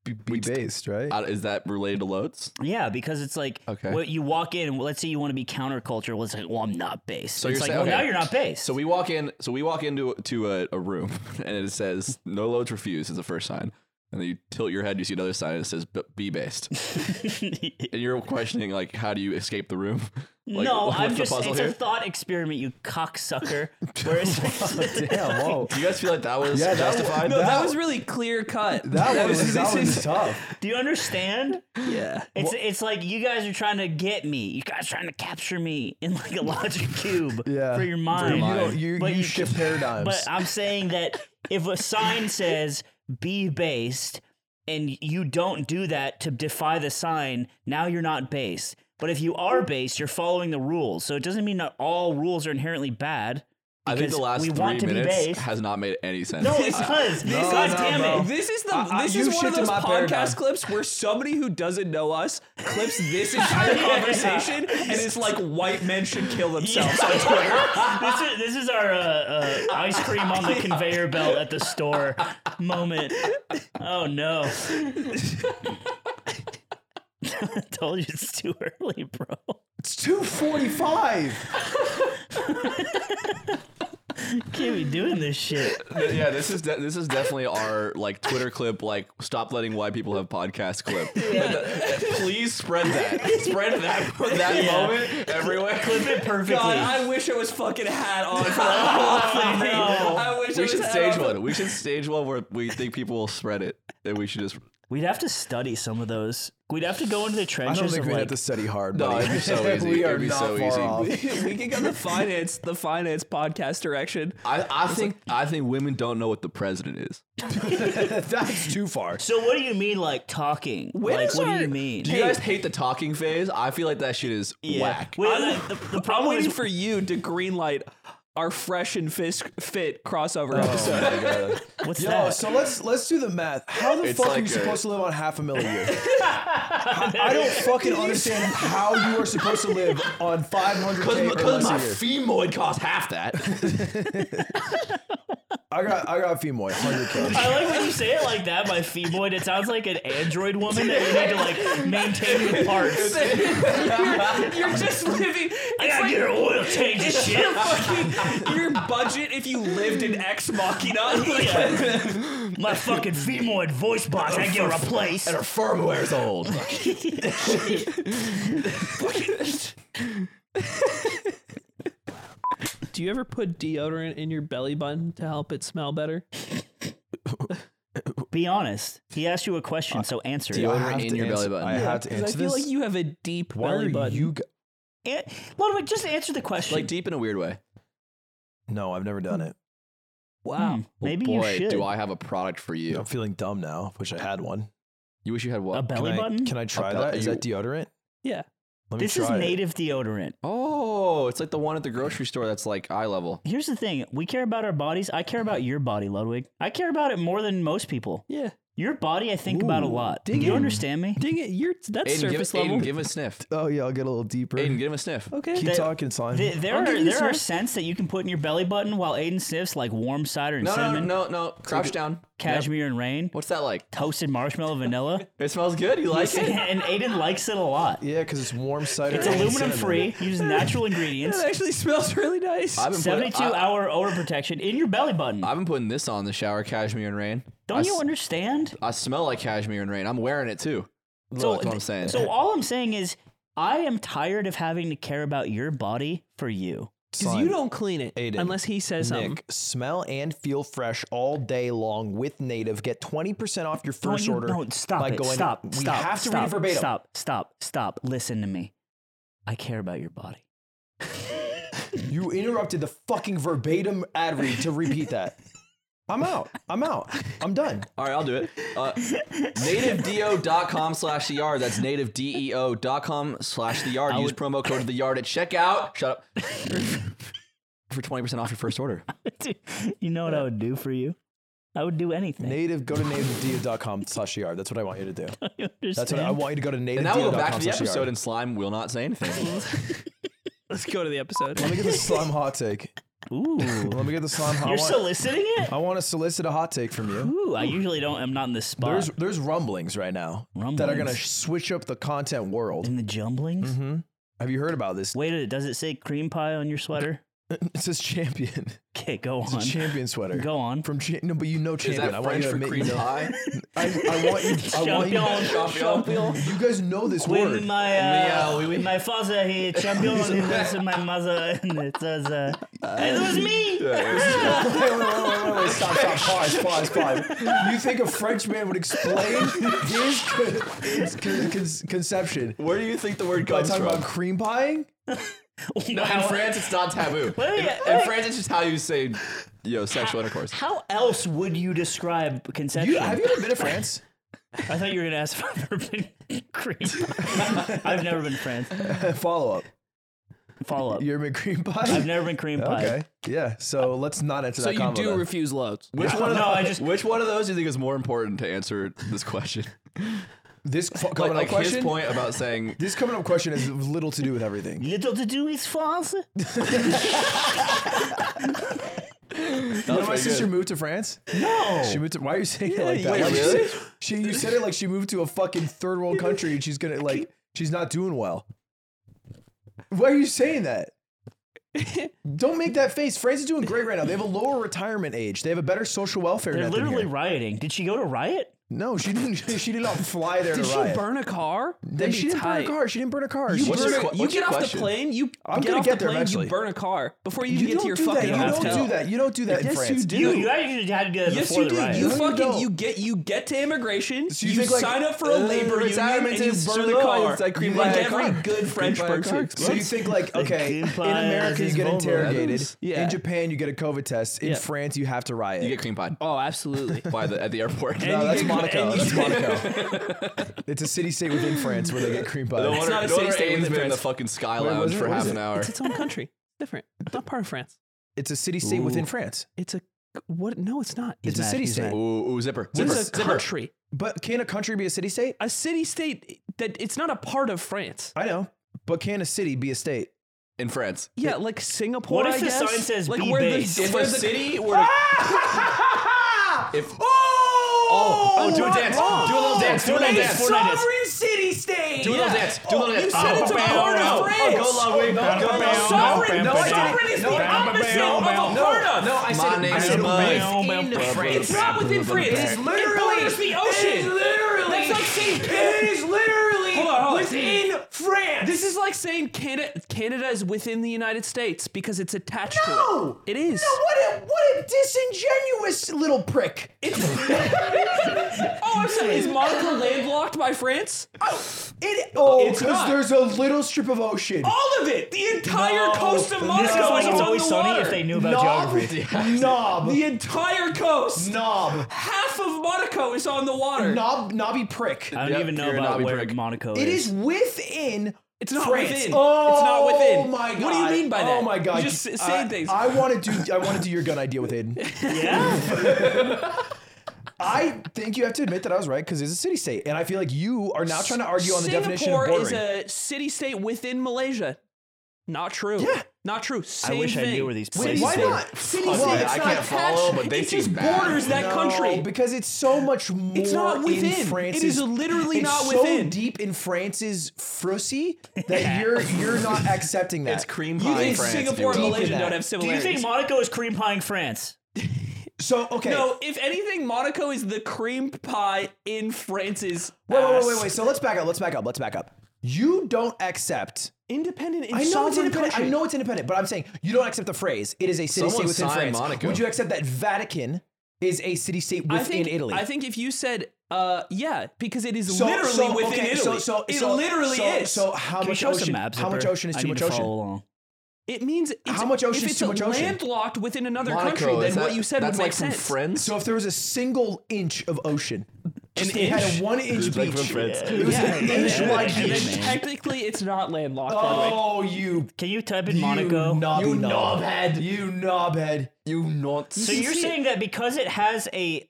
be, be based, right? Uh, is that related to loads? Yeah, because it's like Okay. what you walk in. and Let's say you want to be counterculture. Well, it's like, well, I'm not based. So it's you're like, saying- well, now okay. you're not based. [laughs] So we walk in. So we walk into to a, a room, [laughs] and it says "No loads refused" is the first sign. And then you tilt your head, you see another sign, and it says "B- "Be based." and [laughs] you're questioning like, how do you escape the room? [laughs] [laughs] Like, no, what's I'm the just. puzzle It's a here? thought experiment, you cocksucker. Where [laughs] it's Damn. Whoa. do you guys feel like that was Yeah, that- justified? No, that, That- was really clear cut. That, [laughs] one was- was, that one this [laughs] was is- tough. Do you understand? yeah. It's it's like you guys are trying to get me. You guys trying to capture me in like a logic cube Yeah. for your your mind. You, mind. don't, you, But you you shift But paradigms. I'm saying that if a sign says be based and you don't do that to defy the sign, now you're not based. But if you are based, you're following the rules. So it doesn't mean that all rules are inherently bad. I think the because last we three want to be minutes based. has not made [laughs] any sense. Uh, No, [laughs] it's because No, God no, damn bro. it. This is the I- I- this you've is one of shifted those my podcast paradigm. clips where somebody who doesn't know us [laughs] clips this entire Yeah. conversation and it's like white men should [laughs] kill themselves. Yeah. this, is, this is our uh, uh, ice cream on the conveyor belt at the store moment. Oh no. [laughs] I told you it's too early, bro. it's 245. Can't be doing this shit. Th- yeah, this is de- this is definitely our like Twitter clip, like stop letting white people have podcast clip. Please spread [laughs] that, spread that that Yeah. moment everywhere. Clip it perfectly. God, I wish I was fucking hat on for [laughs] that whole thing. I wish I We was should hat [laughs] stage on. one. We should stage one where we think people will spread it, and we should just. We'd have to study some of those. We'd have to go into the I trenches. don't think of we like, have to study hard. No, buddy. it'd be so easy. we It'd are be not so far easy. off. we can go the finance the finance podcast direction. I, I think I think women don't know what the president is. [laughs] That's too far. So what do you mean, like talking? like, is what our- do you mean? Do you guys hate the talking phase? I feel like that shit is Yeah. whack. Wait, like, the, the I'm problem waiting is for you to greenlight our fresh and fisk fit crossover episode. what's Yo, that? so let's let's do the math. How the It's fuck are like you a- supposed to live on half [laughs] a million? a year? I I don't fucking understand how you are supposed to live on 500k or Because less my a year. femoid costs half that. I got I got [laughs] femoid 100k. I like when you say it like that, my femoid. It sounds like an android woman that you need to like maintain with parts. you're, you're just living. I It's gotta like get her oil change and shit. [laughs] fucking your budget if you lived in Ex Machina. Like, Yeah. My fucking femoid voice box. I get replaced. Her firmware's old. [laughs] Do you ever put deodorant in your belly button to help it smell better? Be honest. He asked you a question, so answer it. Deodorant I have in to your belly answer- button. I Yeah, have to I answer feel this. like you have a deep Why belly are button. you? G- An- Ludwig, just answer the question. [laughs] like deep in a weird way. no, I've never done it. wow. Hmm, Maybe Oh, Boy, you should. do I have a product for you. I'm feeling dumb now. Wish I had one. You wish you had what? a belly can I, button? Can I try A bel- that? Is you- that deodorant? Yeah. Let this me is try it. native deodorant. oh, it's like the one at the grocery store that's like eye level. Here's the thing. We care about our bodies. I care about your body, Ludwig. I care about it more than most people. Yeah. Your body, I think about a lot. Do dig you it. understand me? Dang it, you're that's Aiden, give, surface level. Aiden, give him a sniff. Oh yeah, I'll get a little deeper. Aiden, give him a sniff. okay. Keep talking, Simon. Th- there I'll are give you there are some. scents that you can put in your belly button while Aiden sniffs like warm cider and No, no, cinnamon, no, no. Crouch down. cashmere and rain, What's that like? toasted marshmallow, [laughs] vanilla. It smells good. You like it? [laughs] and Aiden likes it a lot. yeah, because it's warm cider. It's and aluminum cinnamon. free. [laughs] Uses natural ingredients. That actually [laughs] smells really nice. I've been putting, 72 I, hour odor protection in your belly button. I've been putting this on in the shower, cashmere and rain. I Don't you s- understand? I smell like cashmere and rain. I'm wearing it too. So- Look, that's what I'm saying. So all I'm saying is I am tired of having to care about your body for you. Because you don't clean it Aiden, unless he says something. Nick, smell and feel fresh all day long with Native. Get 20% off your Don't first you- order. Don't stop by it. going, stop. We stop. have to stop, read it verbatim. Stop. Stop. Stop. Listen to me. I care about your body. You interrupted the fucking verbatim ad read to repeat that. I'm out. I'm out. I'm done. All right, I'll do it. [laughs] Uh, nativedeo.com slash the yard. That's nativedeo.com slash the yard. Use promo code the yard at checkout. Shut up. [laughs] For 20% off your first [laughs] order. Dude, [laughs] you know what I would do for you? I would do anything. Native, go to nativedeo.com slash ER. That's what I want you to do. [laughs] You That's what I understand? want you to go to And now we'll go back to nativedeo.com the slash episode, ER. and Slime will not say [laughs] anything. Let's go to the episode. Let me get the slime hot take. Ooh. Let me get the slime [laughs] hot You're I want- soliciting it? I want to solicit a hot take from you. Ooh, I usually don't. I'm not in the spot. There's there's rumblings right now that are going to Rumblings. switch up the content world. in the jumblings. Mm-hmm. Have you heard about this? Wait, a minute, does it say cream pie on your sweater? It says champion. [laughs] Okay, go It's a on. champion sweater. Go on. From cha- no, but you know Is champion. that I want French you to for admit cream you know. [laughs] pie? I, I want you. I want you. Champion. You guys know this With word. my uh, Meow, oui, oui. my father, he champion, and this is my mother, [laughs] and it was uh, [laughs] it was me. [laughs] [laughs] Wait, wait, wait, wait, wait, wait, stop, stop, pause, pause, pause. You think a Frenchman would explain his, con- his con- con- conception [laughs] Where do you think the word by comes talking from? about cream pieing? No, in France, it's not [laughs] taboo. Wait, in, in wait. France, it's just how you say, yo, sexual intercourse. How else would you describe conception? You, have you ever been [laughs] to France? I thought you were gonna ask if I've ever been [laughs] cream. pie. I've never been France. Follow up. Follow up. You ever been cream pie? I've never been cream pie. Okay. Yeah. So let's not enter So that you combo. do then. refuse loads. Which one of No, the- I [laughs] just- which one of those do you think is more important to answer this question? this fu- Like, coming like up question. his point about saying This coming up question has little to do with everything. Little to do is false. that You know, was my pretty sister good. moved to France. No, she moved to. Why are you saying it like that? wait, Like, really? she- She, you said it like she moved to a fucking third world country and she's gonna like she's not doing well. Why are you saying [laughs] that? Don't make that face. France is doing great right now. They have a lower retirement age. They have a better social welfare. They're net than literally here. rioting. Did she go to riot? No, she didn't. [laughs] She did not fly there Did to she riot. burn a car? Then That'd she be didn't burn tight. a car. She didn't burn a car. She You, What's burn your a- que- you what's get your off question? the plane. You I'm get gonna off get the there plane. eventually. You burn a car before you, You even get to your don't do that. fucking You hotel. don't do that. You don't do that in Yes, France. you do. You, you actually had to do that Yes, before you the do. riot. You No, you fucking don't. you get you get to immigration. So you you think, like, sign up for a uh, labor union retirement and you is burn too a low. car. It's like cream like pie a every car. good French pie a car person. explodes. [laughs] So you [laughs] think like okay, in cream pie America is you get vulva. interrogated. Yeah. In Japan you get a COVID test. In Yeah. France you have to riot. You get cream pie Oh, absolutely. by the, at the airport. no, you that's get- Monaco. and you That's get- Monaco. it's a city state within France where they [laughs] get cream pie. No It's wonder, not a no wonder safe state Aiden's within been in the France. fucking sky Wait, what lounge is it? for What half is an it? hour. [laughs] it's its own country. It's different. It's not part of France. It's a city state within France. It's a what? No, it's not. He's It's a mad. city He's state. mad. Ooh, ooh, zipper, What zipper, is a zipper. country? But can a country be a city state? A city-state that it's not a part of France. I know. But can a city be a state? In France, Yeah, like Singapore. What if I the guess. sign says like be where based? the if where a the- city were to, if oh, oh, do a dance, do a little dance, do a little Fortnite is- dance. Fortnite is- city state. Do a little dance. Do a little dance. Oh, Oh, you said it's a part of France. Go Ludwig. Go Bam. Sovereign- No, I didn't. sovereign is the opposite no, of a no, part no, No, I said, My I said name is Bam, within bam, France. bam, not within France. It is borders the ocean. literally. That's like saying Canada. is literally Hold on, hold on. France. This is like saying Canada. Canada is within the United States because it's attached No! to it. It is. No, what a what a disingenuous little prick. [laughs] Oh, I'm sorry. Is [laughs] Monaco landlocked by France? It oh, It's not. Oh, there's a little strip of ocean. All of it. The entire No. coast of No. Monaco Sounds is like it's on always the sunny water. if they knew about knob, geography. [laughs] knob, The entire coast. knob, Half of Monaco is on the water. knob, knobby prick. I don't Yep, even know you're a about knobby where prick. Monaco It is. is within. It's not France. within. Oh, It's not within. my god. What do you mean by that? Oh my god. You just s- saying I- things. I want to do. I want to do your gun idea with [laughs] Aiden. Yeah. I think you have to admit that I was right because it's a city state, and I feel like you are now trying to argue on the definition of Singapore bordering. is a city-state within Malaysia. Not true. Yeah. Not true. I Same wish I thing. knew where these Wait, places why were. not? City Well, state. I it's can't not follow, but they it seem just bad. borders that No, country. because it's so much more. It's not In within. France's, It is literally it's not so within. deep in France's frussy that you're you're not accepting that. It's cream You pie in think France. Singapore if and you will. Malaysia that. don't have Do you similarities? think Monaco is cream pieing France? So okay. no, if anything, Monaco is the cream pie in France's Wait, wait, ass. wait, wait, wait. So let's back up. Let's back up. Let's back up. You don't accept. Independent and I know it's sovereign independent. country. I know it's independent, but I'm saying you don't accept the phrase. It is a city state Someone within signed France. Monaco. Would you accept that Vatican is a city state within I think, Italy? I think if you said, uh, yeah, because it is So- literally so, within okay, So, Italy. so, it so, literally so, is. So how Can you much show us ocean? some maps? How much Zipper? ocean is I too need much to follow ocean? along. It means it's, How much ocean is if it's too much ocean? landlocked within another Monaco, country, then is what that- you said that's would like make from sense. Friends. So if there was a single inch of ocean, just An it had inch? a one inch It's like from beach. France. It was an inch yeah, wide yeah, And then beach. yeah. technically, it's not landlocked. by the way. Oh, you, Can you type in you Monaco? knobby You knob. knobhead. You knobhead. You not. So you're saying that because it has a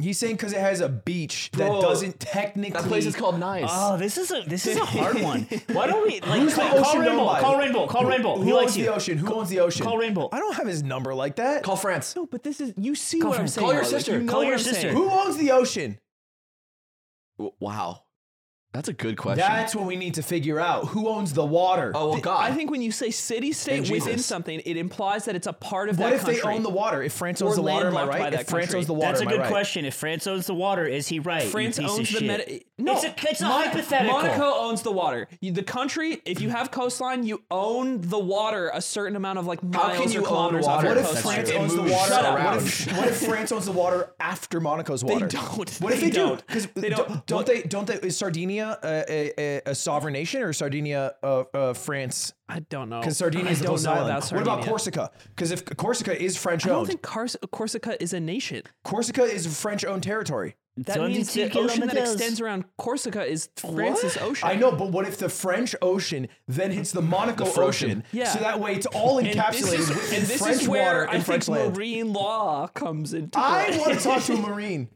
He's saying because it has a beach Bro, that doesn't technically. that place is called Nice. oh this is a this is [laughs] a hard one. Why don't we like Who's the call, ocean known Rainbow? by? Call Rainbow. Call Rainbow. Who He owns likes the you. ocean? Who owns the ocean? call Rainbow. I don't have his number like that. Call France. No, but this is you see what I'm Friends. saying. Call your Like, sister. you know Call what your I'm saying. sister. Who owns the ocean? W- Wow, that's a good question. That's what we need to figure out. Who owns the water? oh well, God. I think when you say city-state And within Jesus. something, it implies that it's a part of what that if country. they own the water? If France owns Or the water, am I landlocked by right? that If France country. owns the water, That's a am I good right? question. If France owns the water, is he right? you France piece of owns the shit? meta. No, it's a, it's a hypothetical. Monaco owns the water. You- the country, if you have coastline, you own the water a certain amount of like How miles can or you own kilometers off water? your What if coastline. France It owns the moves water? around. What if, what if France owns the water after Monaco's water? don't. What if They they, do? don't. Because They don't. don't, don't they? Don't they? Is Sardinia uh, a, a, a sovereign nation or Sardinia uh, uh, France? I don't know. Because Sardinia I is the don't host know island. about What about Sardinia. Corsica? Because if Corsica is French I don't owned, think Cars- Corsica is a nation. Corsica is French owned territory. That Twenty means two the ocean that kilometers. extends around Corsica is France's ocean. I know, but what if the French Ocean then hits the Monaco The Froshen. Ocean? Yeah. So that way it's all And this encapsulated is, within and this French is where water I and French think land. marine law comes into play. I want to talk to a Marine.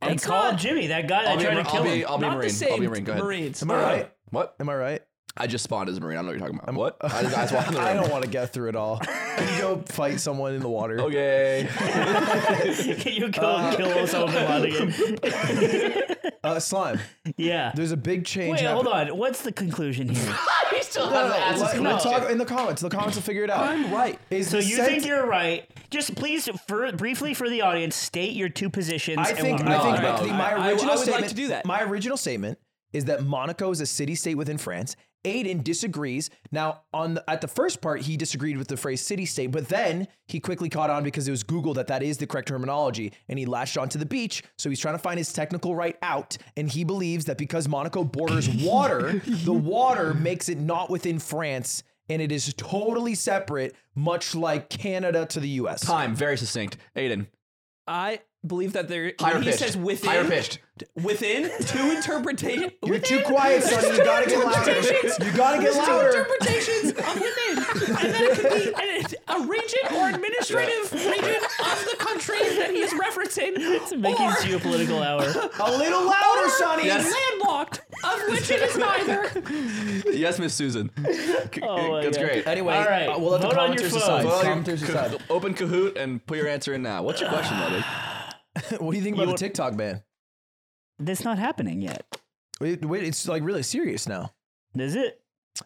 And It's call not- Jimmy, that guy I'll that be, a tried mar- to I'll kill be, him. I'll be a Not the marine. I'll same be a marine. Go ahead. Marines. Am [laughs] I right? What? Am I right? I just spawned as a marine. I don't know what you're talking about. [laughs] what? I just, I just walked in the room. I don't want to get through it all. Can you go fight someone in the water? Oh, Okay. [laughs] [laughs] Can you go and kill us over the body? Uh, slime. Yeah. There's a big change. Wait, hold happening. on. What's the conclusion [laughs] here? he still No, no, hasn't asked let- his we'll question. talk in the comments. The comments will figure it out. I'm right. Is So the you sent- think you're right? Just please, for, briefly for the audience, state your two positions. I think and I we'll think move on. [laughs] no, the- no. my I- I would- original I would like statement. to do that. My original statement is that Monaco is a city state within France. Aiden disagrees. Now, on the, at the first part, he disagreed with the phrase city state, but then he quickly caught on because it was Google that that is the correct terminology, and he latched onto the beach. So he's trying to find his technical right out, and he believes that because Monaco borders water, the water makes it not within France, and it is totally separate, much like Canada to the U.S. Time, very succinct. Aiden, I believe that there. higher when he pitched. says within. Higher pitched. Within two interpretation. [laughs] You're too quiet, son. You gotta get louder. You gotta get louder. interpretations of within, and then it could be a, a region or administrative region of the country that he is referencing, It's Mickey's or, geopolitical [laughs] hour. A little louder, or Sonny. landlocked, of which it is neither. Yes, Miss [laughs] Susan. C- my That's God. great. Anyway, All right, uh, we'll let the vote on your commenters phone. decide. Vote Well, you- Commenters decide. open Kahoot and put your answer in now. What's your question, [sighs] buddy? [laughs] What do you think about the TikTok ban? That's not happening yet, Wait, wait, it's like really serious now. is it?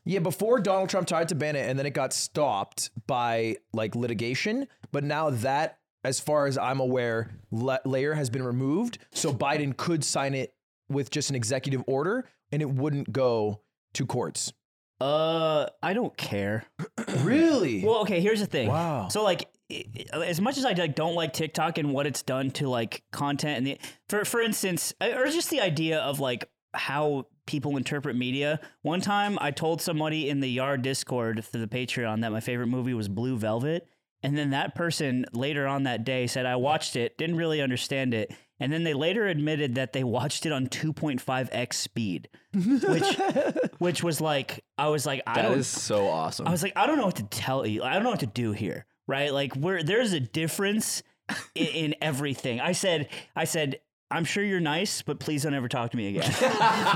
Yeah, before Donald Trump tried to ban it, and then it got stopped by like litigation. But now that, as far as I'm aware, la- layer has been removed, so Biden could sign it with just an executive order, and it wouldn't go [clears throat] to courts. Uh, I don't care. Really? Well, okay, here's the thing. Wow. So like i- i- as much as I like, don't like TikTok and what it's done to like content and the for for instance, I- or just the idea of like how people interpret media. One time I told somebody in the Yard Discord through the Patreon that my favorite movie was Blue Velvet, and then that person later on that day said I watched it, didn't really understand it. And then they later admitted that they watched it on 2.5x speed, [laughs] which which was like I was like I That don't is so awesome. I was like, I don't know what to tell you. I don't know what to do here, right? Like, we're, there's a difference in, in everything. I said, I said, I'm sure you're nice, but please don't ever talk to me again.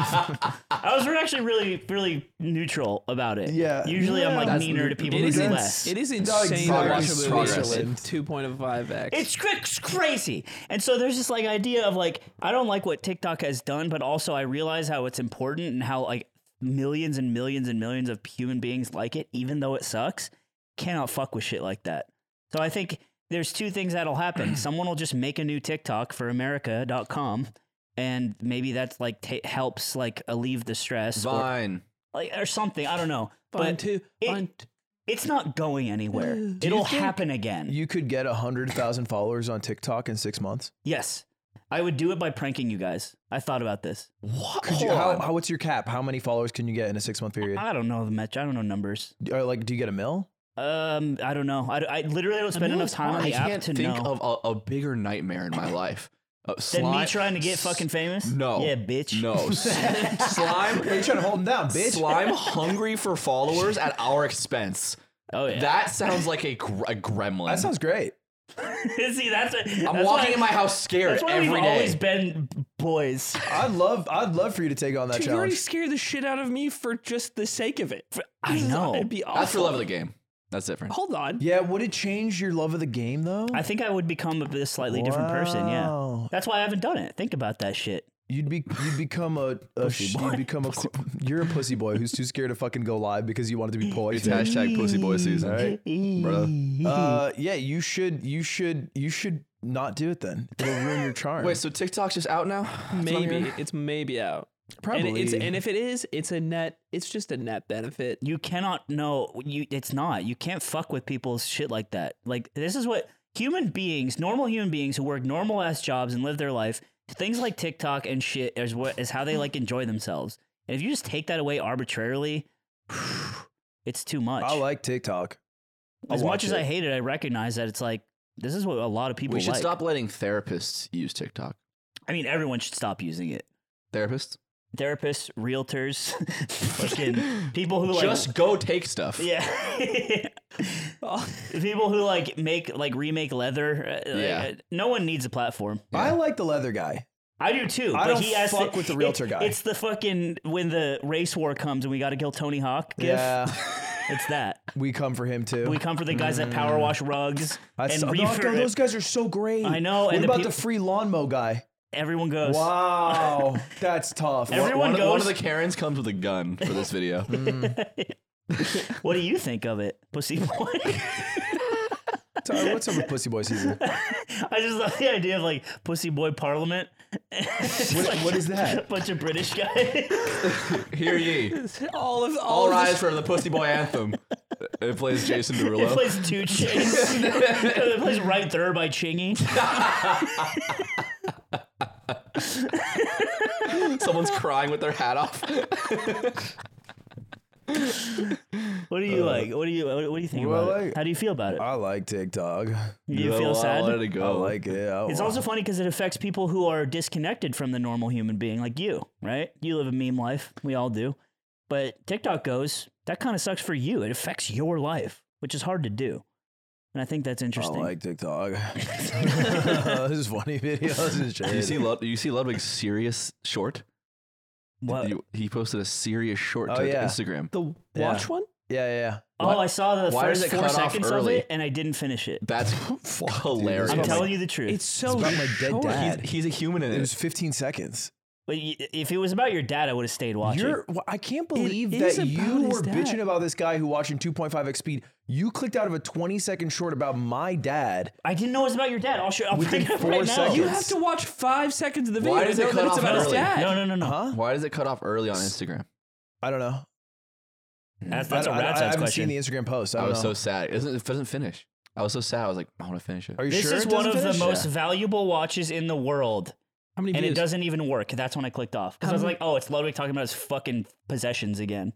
I was actually really, really neutral about it. Yeah. Usually, I'm like That's- meaner to people It who is do ins- less. It is Dog, insane. progress, progress. Two point five x. It's, cr- it's crazy. And so there's this like idea of like I don't like what TikTok has done, but also I realize how it's important and how like millions and millions and millions of human beings like it, even though it sucks. Cannot fuck with shit like that. So I think there's two things that'll [clears throat] happen. Someone will just make a new TikTok for America.com. And maybe that's like ta helps like alleviate the stress or, Vine. like, or something. I don't know, Fun but two. it- fun t- it's not going anywhere. Do you It'll think happen again. you could get 100,000 followers on TikTok in six months. Yes. I would do it by pranking you guys. I thought about this. What? Could you, how, how, what's your cap? How many followers can you get in a six month period? I don't know the match. I don't know numbers. Or like, do you get a mil? Um, I don't know. I, I literally don't spend know enough it's time on hard. I the app can't to think know. of a, a bigger nightmare in my life. Uh, [laughs] Than slime- me trying to get fucking famous? No. Yeah, bitch. [laughs] [laughs] No. S- slime. Are you trying to hold them down, bitch? Slime hungry for followers at our expense. Oh yeah. That sounds like a, gr- a gremlin. That sounds great. [laughs] See, that's what, I'm that's walking why, in my house scared That's why every we've day. always been boys. I'd love, I'd love for you to take on that Dude, you already challenge. scared the shit out of me for just the sake of it. For- I this is- know. It'd be awful. That's for love of the game. That's different. Hold on. Yeah, would it change your love of the game though? I think I would become a slightly different person. Yeah. Wow. That's why I haven't done it. Think about that shit. You'd be, you'd become a, a sh- boy. you'd become a, you're a pussy boy who's too scared to fucking go live because you wanted to be It's poised. hashtag pussy boy season. Uh, yeah, you should, you should, you should not do it then. It'll ruin your charm. Wait, so TikTok's just out now? It's not Maybe here? it's maybe out. probably. And, it's, and if it is, it's a net. It's just a net benefit. [laughs] you cannot know you it's not you can't fuck with people's shit like that like this is what human beings normal human beings who work normal ass jobs and live their life things like tiktok and shit is what is how they like enjoy themselves and if you just take that away arbitrarily [sighs] it's too much I like TikTok. I'll as watch much as i it. hate it i recognize that it's like this is what a lot of people We should like stop letting therapists use TikTok. i mean everyone should stop using it Therapists? therapists realtors [laughs] fucking people who like Just go take stuff. Yeah. [laughs] People who like make like remake leather. uh, like, Yeah. uh, no one needs a platform. I like the leather guy. I do too. I but don't he has [laughs] fuck with the realtor it- guy. It's the fucking when the race war comes and we got to kill Tony Hawk. Gif. Yeah, It's [laughs] that. we come for him too. We come for the guys that power wash rugs Mm. I and saw, no, reefer. those guys are so great. I know, What and the about peop- the free lawnmower guy? Everyone goes. Wow, [laughs] that's tough. Every- Everyone one, of- one goes- of the Karens comes with a gun for this [laughs] video. What do you think of it, Pussy Boy? [laughs] Tyler, what's up with Pussy Boy season? I just love the idea of like Pussy Boy Parliament. [laughs] It's What- what [laughs] is A that? bunch of British guys. Hear ye. all of all, All of rise for the Pussy [laughs] Boy Anthem. It plays Jason It Derulo. plays two [laughs] chase. [laughs] it plays right third by Chingy. [laughs] Someone's crying with their hat off. What do Uh, you like? What do you what, what do you think Well, about it? like- How do you feel about it? [laughs] I like TikTok. Do [laughs] you Yeah, feel well, I'll sad? Let it I go. like it. I- It's also funny because it affects people who are disconnected from the normal human being, like you, right? You live a meme life. We all do. But TikTok goes, that kind of sucks for you. It affects your life, which is hard to do. And I think Oh, that's I interesting. [laughs] like TikTok. [laughs] this is funny videos. This is Do you see shit. Lud- do you see Ludwig's serious short? what? You- he posted a serious short Oh, to yeah. Instagram. the watch Yeah. one. Yeah, yeah. oh, I saw the Why first does it four cut off seconds of early? it and I didn't finish it. [laughs] That's hilarious. It's I'm about telling my- you the truth. It's so about my dead short. dad. he's, he's a human in It was it. 15 seconds. but y- if it was about your dad, I would have stayed watching. You're, wh- I can't believe is that you about his were dad. bitching about this guy who watching 2.5x speed. You clicked out of a 20 second short about my dad. I didn't know it was about your dad. I'll show. I'll Within bring it up four right now. You seconds. have to watch five seconds of the video Why to does it know cut that it's off about his early? dad. No, no, no, no. Huh? Why does it cut off early on Instagram? I don't know. That's, that's a Mm-hmm. I, I- rat's I ass haven't question. seen the Instagram post. I, I don't was know. so sad. It doesn't, it doesn't finish. I was so sad. I was like, I want to finish it. Are you this sure? is it one doesn't of the finish? most valuable watches in the world, How many and it views? doesn't even work. That's when I clicked off because I Um, was like, "Oh, it's Ludwig talking about his fucking possessions again."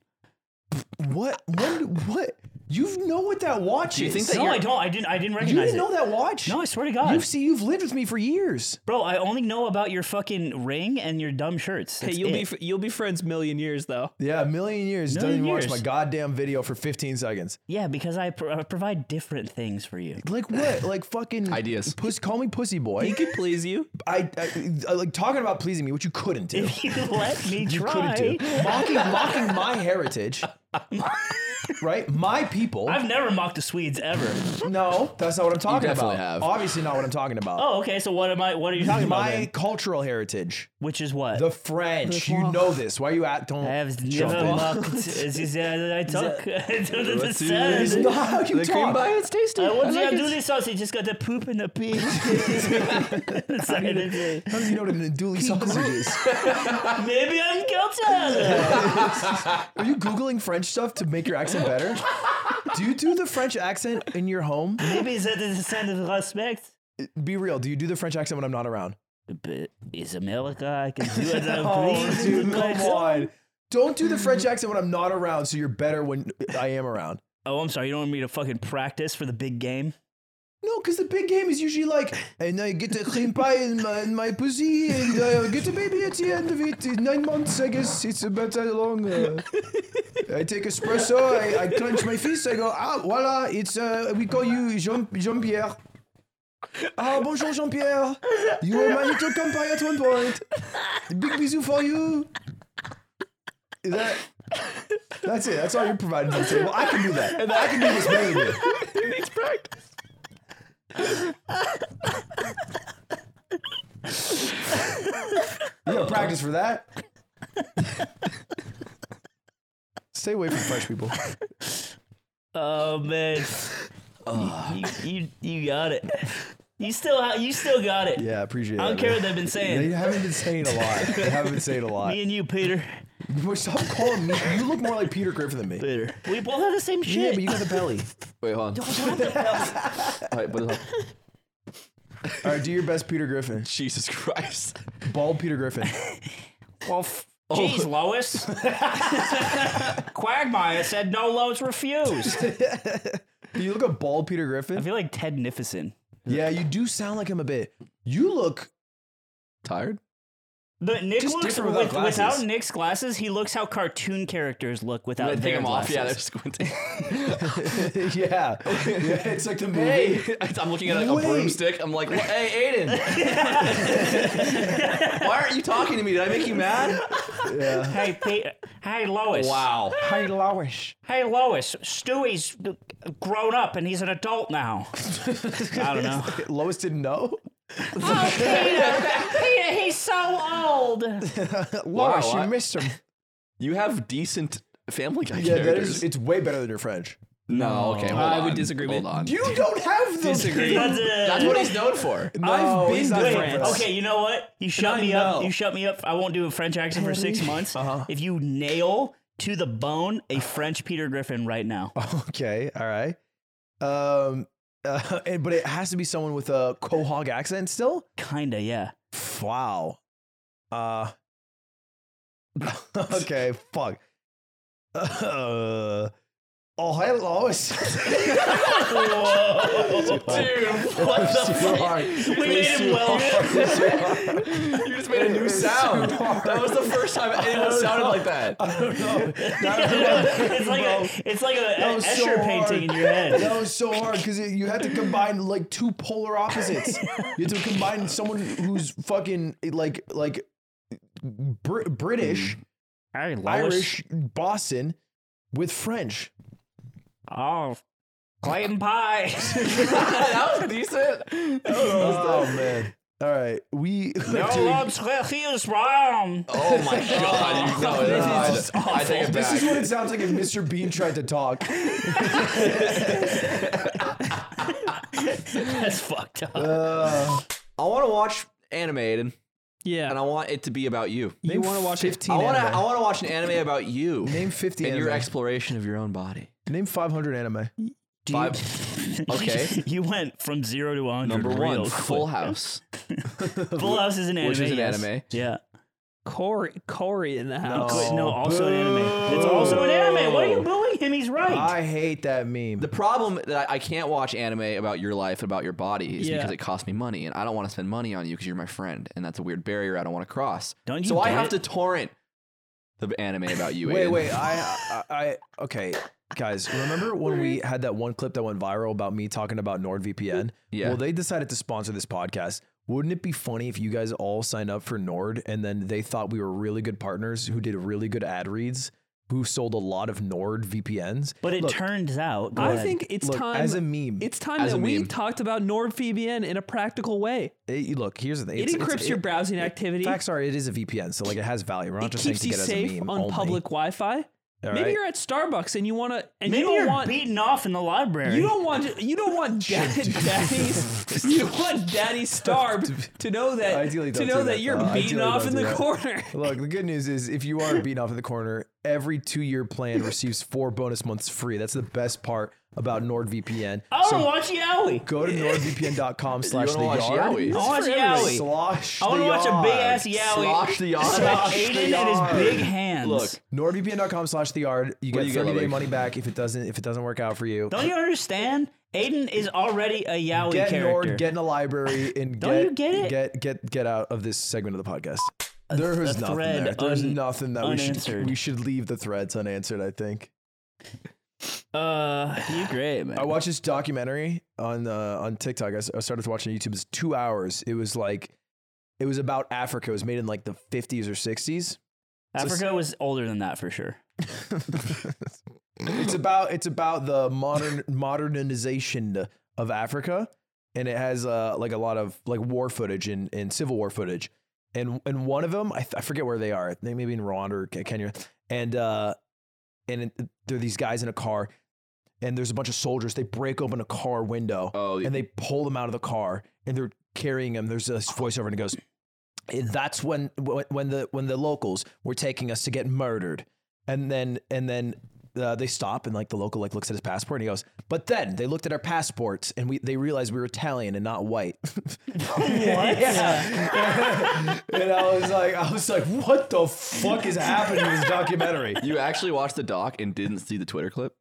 What? When, what? You know what that watch you is. think that No, you're- I don't. I didn't. I didn't you recognize didn't know it. that watch? No, I swear to God, You've, see, you've lived with me for years. bro. I only know about your fucking ring and your dumb shirts. Hey, That's you'll it. be f- you'll be friends million years though. Yeah, a million Million years. doesn't even years. watch my goddamn video for 15 seconds. yeah, because I, pr- I provide different things for you. Like what? Like fucking Ideas. Puss, call me pussy He boy. could please you. I, I, I like talking about pleasing me, which [laughs] you couldn't do. [laughs] If [laughs] you let me You try, couldn't do mocking, mocking [laughs] my heritage, right? My people. I've never mocked the Swedes ever. no, that's not what I'm talking definitely about. have. Obviously, not what I'm talking about. Oh, okay. So what am I? What are you talking about? my then? cultural heritage, Which is what? the French. You know this. Why are you at? Don't. I have jump never in. mocked. This is how I talk. [laughs] I do the What's it? [laughs] It's sausage. not how you the cream talk. pie is tasty. I want like to it. do the sausage. Just got the poop in the [laughs] pig. Sorry. How do you know what an andouille sausage is? [laughs] Maybe I'm guilty. Are you googling French stuff to make your accent better? Do you do the French accent in your home? Maybe that is a sign of respect. Be real. Do you do the French accent when I'm not around? But is America? I can do it. [laughs] Oh, Oh, Oh, [laughs] Don't do the French accent when I'm not around, so you're better when I am around. Oh, I'm sorry. You don't want me to fucking practice for the big game? No, because the big game is usually like, and I get a cream pie in my, in my pussy, and I get a baby at the end of it. In nine months, I guess it's about that long. uh, I take espresso, I, I clench my fist, I go, ah, voila, it's, uh, we call you Jean, Jean-Pierre. Ah, bonjour, Jean-Pierre. You were my little compagnon at one point. Big bisou for you. Is that... That's it. That's all you're providing to the table. I can do that. And I can do this better than you. You gotta practice for that. Stay away from French people. Oh man. [laughs] You, you, you you got it. You still ha- you still got it. Yeah, I appreciate it. I don't care what they've been They saying. haven't been saying a lot. They haven't been saying a lot. Me and you, Peter. Stop calling me. You look more like Peter Griffin than me. Peter. We both have the same Yeah, shit. but you got the [laughs] belly. Wait, hold on. [laughs] Wait, what is [laughs] All right, do your best, Peter Griffin. Jesus Christ. Bald Peter Griffin. Jeez, Lois. [laughs] Quagmire said no loans refused. I Do you look a bald Peter Griffin? feel like Ted Nifison. Yeah, you do sound like him a bit. You look. [laughs] Tired? But Nick Just looks different without with- glasses. without Nick's glasses, he looks how cartoon characters look without I their think I'm off. glasses. Yeah, they're squinting. yeah. yeah. It's like the movie. hey, [laughs] I'm looking at a, a Wait. broomstick. I'm like, [laughs] hey, Aiden. Why aren't you talking to me? Did I make you mad? hey, Peter. Hey, Lois. Wow. [laughs] Hey, Lowish. Hey, Lois. Stewie's grown up and he's an adult now. I don't know. Lois didn't know? Oh, [laughs] Peter! Peter, he's so old. Laura, she I- missed him. You have decent Family Guy Yeah, that characters. is, it's way better than your French. no, okay, hold I on. would disagree with- Hold on. You don't have the [laughs] Disagree. That's a- That's what he's known [laughs] for. No, I've been he's not to from France. Okay, you know what? You I shut me up. know. You shut me up. I won't do a French accent for six months. If you nail to the bone a French Peter Griffin right now, Okay, all right. Um, uh, [laughs] and, but it has to be someone with a Quahog accent still. kinda, yeah. Wow. Uh. [laughs] okay. Fuck. Uh. Oh, hi, Lois. [laughs] What the Too hard. [laughs] We made him [laughs] well. [laughs] You just made a new sound. That was the first time anyone [laughs] sounded like that. it's like a, it's like a, That an was Escher so hard. painting in your head. That was so hard because you had to combine like two polar opposites. You had to combine someone who's fucking like like Br- British, Mm-hmm. Hey, Lois. Irish, Boston with French. Oh, Clayton Pie. that was decent. Oh man! All right, we. [laughs] no [laughs] dude, one's where he is from. Oh my god. [laughs] No, this is it's not. I take it this back. is what it sounds like if Mr. Bean tried [laughs] to [laughs] talk. That's fucked up. Uh, I want to watch animated Yeah. and I want it to be about you. you want to watch 15 I want to anime. I want to watch an anime about you name fifty. and anime. your exploration of your own body. name five hundred anime. Five- okay. [laughs] you went from zero to 100 Number real one, quick. Full House. Full House is an anime. Which is an yes. anime. Yeah. Corey, Corey in the house. Good, no, also an anime. It's also an anime. Why are you booing him? He's right. I hate that meme. The problem that I I can't watch anime about your life, about your body, is Yeah. because it costs me money, and I don't want to spend money on you because you're my friend, and that's a weird barrier I don't want to cross. Don't you so I get have it? to torrent the anime about you. Wait, Aiden. uh, wait. I, I, I, okay, guys. Remember when we had that one clip that went viral about me talking about NordVPN? Yeah. Well, they decided to sponsor this podcast. Wouldn't it be funny if you guys all signed up for Nord and then they thought we were really good partners who did really good ad reads, who sold a lot of Nord VPNs? but it Look, turns out. go I ahead. think it's look, time. as a meme, it's time as that a we meme. talked about NordVPN in a practical way. it- look. Here's the thing. It it's- encryps it's- your it- browsing activity. Facts are, it is a VPN, so like it has value. We're not it just saying keeps to you get it as a safe meme on only. public Wi-Fi. Maybe right. you're at Starbucks and you want to, and Maybe you don't are want. beaten off in the library. you don't want you don't [laughs] want dad, daddy's you don't want daddy starved to know that Ideally, to don't know do that, that, you're though. beaten Ideally, off don't in do the that. corner. Look, the good news is if you are beaten off in the corner, every two-year plan receives four bonus months free. That's the best part about NordVPN. I want to watch Yowie. Go to nordvpn.com slash the wanna watch Yowie? yard. I want to for watch Yowie. Slosh I want the to watch a big yard. ass Yowie. Slosh the yard. About Slosh the Aiden and yard. his big hands. Look, NordVPN.com slash the yard. You do get you get, 30 day Ludwig? money back if it doesn't if it doesn't work out for you. Don't you understand? Aiden is already a Yowie get character. Nord, get in a [laughs] library, and Don't get, you get it? get get get out of this segment of the podcast. There is nothing thread there. There's un- nothing that we should unanswered. we should leave the threads unanswered, I think. uh, you great, man. I watched this documentary on uh, on TikTok. I, s- I started watching YouTube. It's two hours. It was like, it was about Africa. It was made in like the fifties or sixties. Africa was older than that for sure. It's about it's about the modern modernization of Africa, and it has uh, like a lot of like war footage and, and civil war footage, and and one of them I, th- I forget where they are. I think maybe in Rwanda or Ke- Kenya, and uh, and it, there are these guys in a car, and there's a bunch of soldiers. They break open a car window Oh, and they pull them out of the car and they're carrying him. There's this voiceover and it goes, "And "That's when when when the when the locals were taking us to get murdered." And then and then uh, they stop and like the local like looks at his passport and he goes, "But then they looked at our passports and we they realized we were Italian and not white." [laughs] What? [laughs] and I was like, I was like, "What the fuck is happening in this documentary?" you actually watched the doc and didn't see the Twitter clip.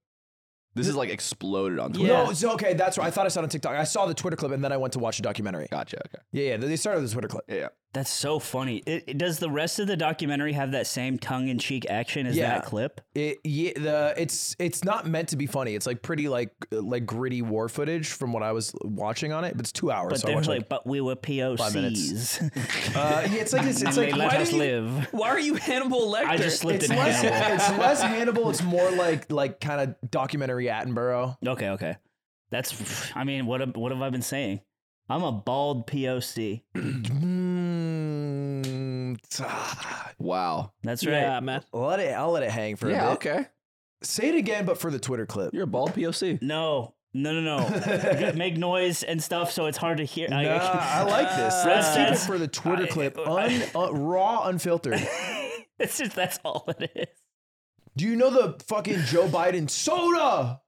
This is like exploded on Twitter. No, it's okay. That's right. I thought I saw it on TikTok. I saw the Twitter clip and then I went to watch the documentary. Gotcha. Okay. Yeah, yeah. They started with the Twitter clip. Yeah. That's so funny. It, it- does the rest of the documentary have that same tongue in cheek action as Yeah. that clip? It yeah, the it's it's not meant to be funny. It's like pretty like like gritty war footage from what I was watching on it, but it's two hours. But so I they're watched like, but we were minutes. [laughs] POCs. like, uh, yeah, it's like it's, [laughs] it's they like let why us do you- live. Why are you Hannibal Lecter? I just slipped It's in less, Hannibal. [laughs] it's less Hannibal. It's more like like kind of documentary Attenborough. Okay, okay. That's. I mean, what have- what have I been saying? I'm a bald POC. Mm, ah, Wow. That's right. Yeah, man. I'll let it. I'll let it hang for yeah. a bit. Okay. Say it again, but for the Twitter clip. You're a bald POC. No, no, no, [laughs] no. You make noise and stuff, so it's hard to hear. Nah, [laughs] I like this. Let's keep it that's- for the [laughs] Twitter I- clip, un, uh, raw, unfiltered. it's just that's all it is. Do you know the fucking Joe Biden soda?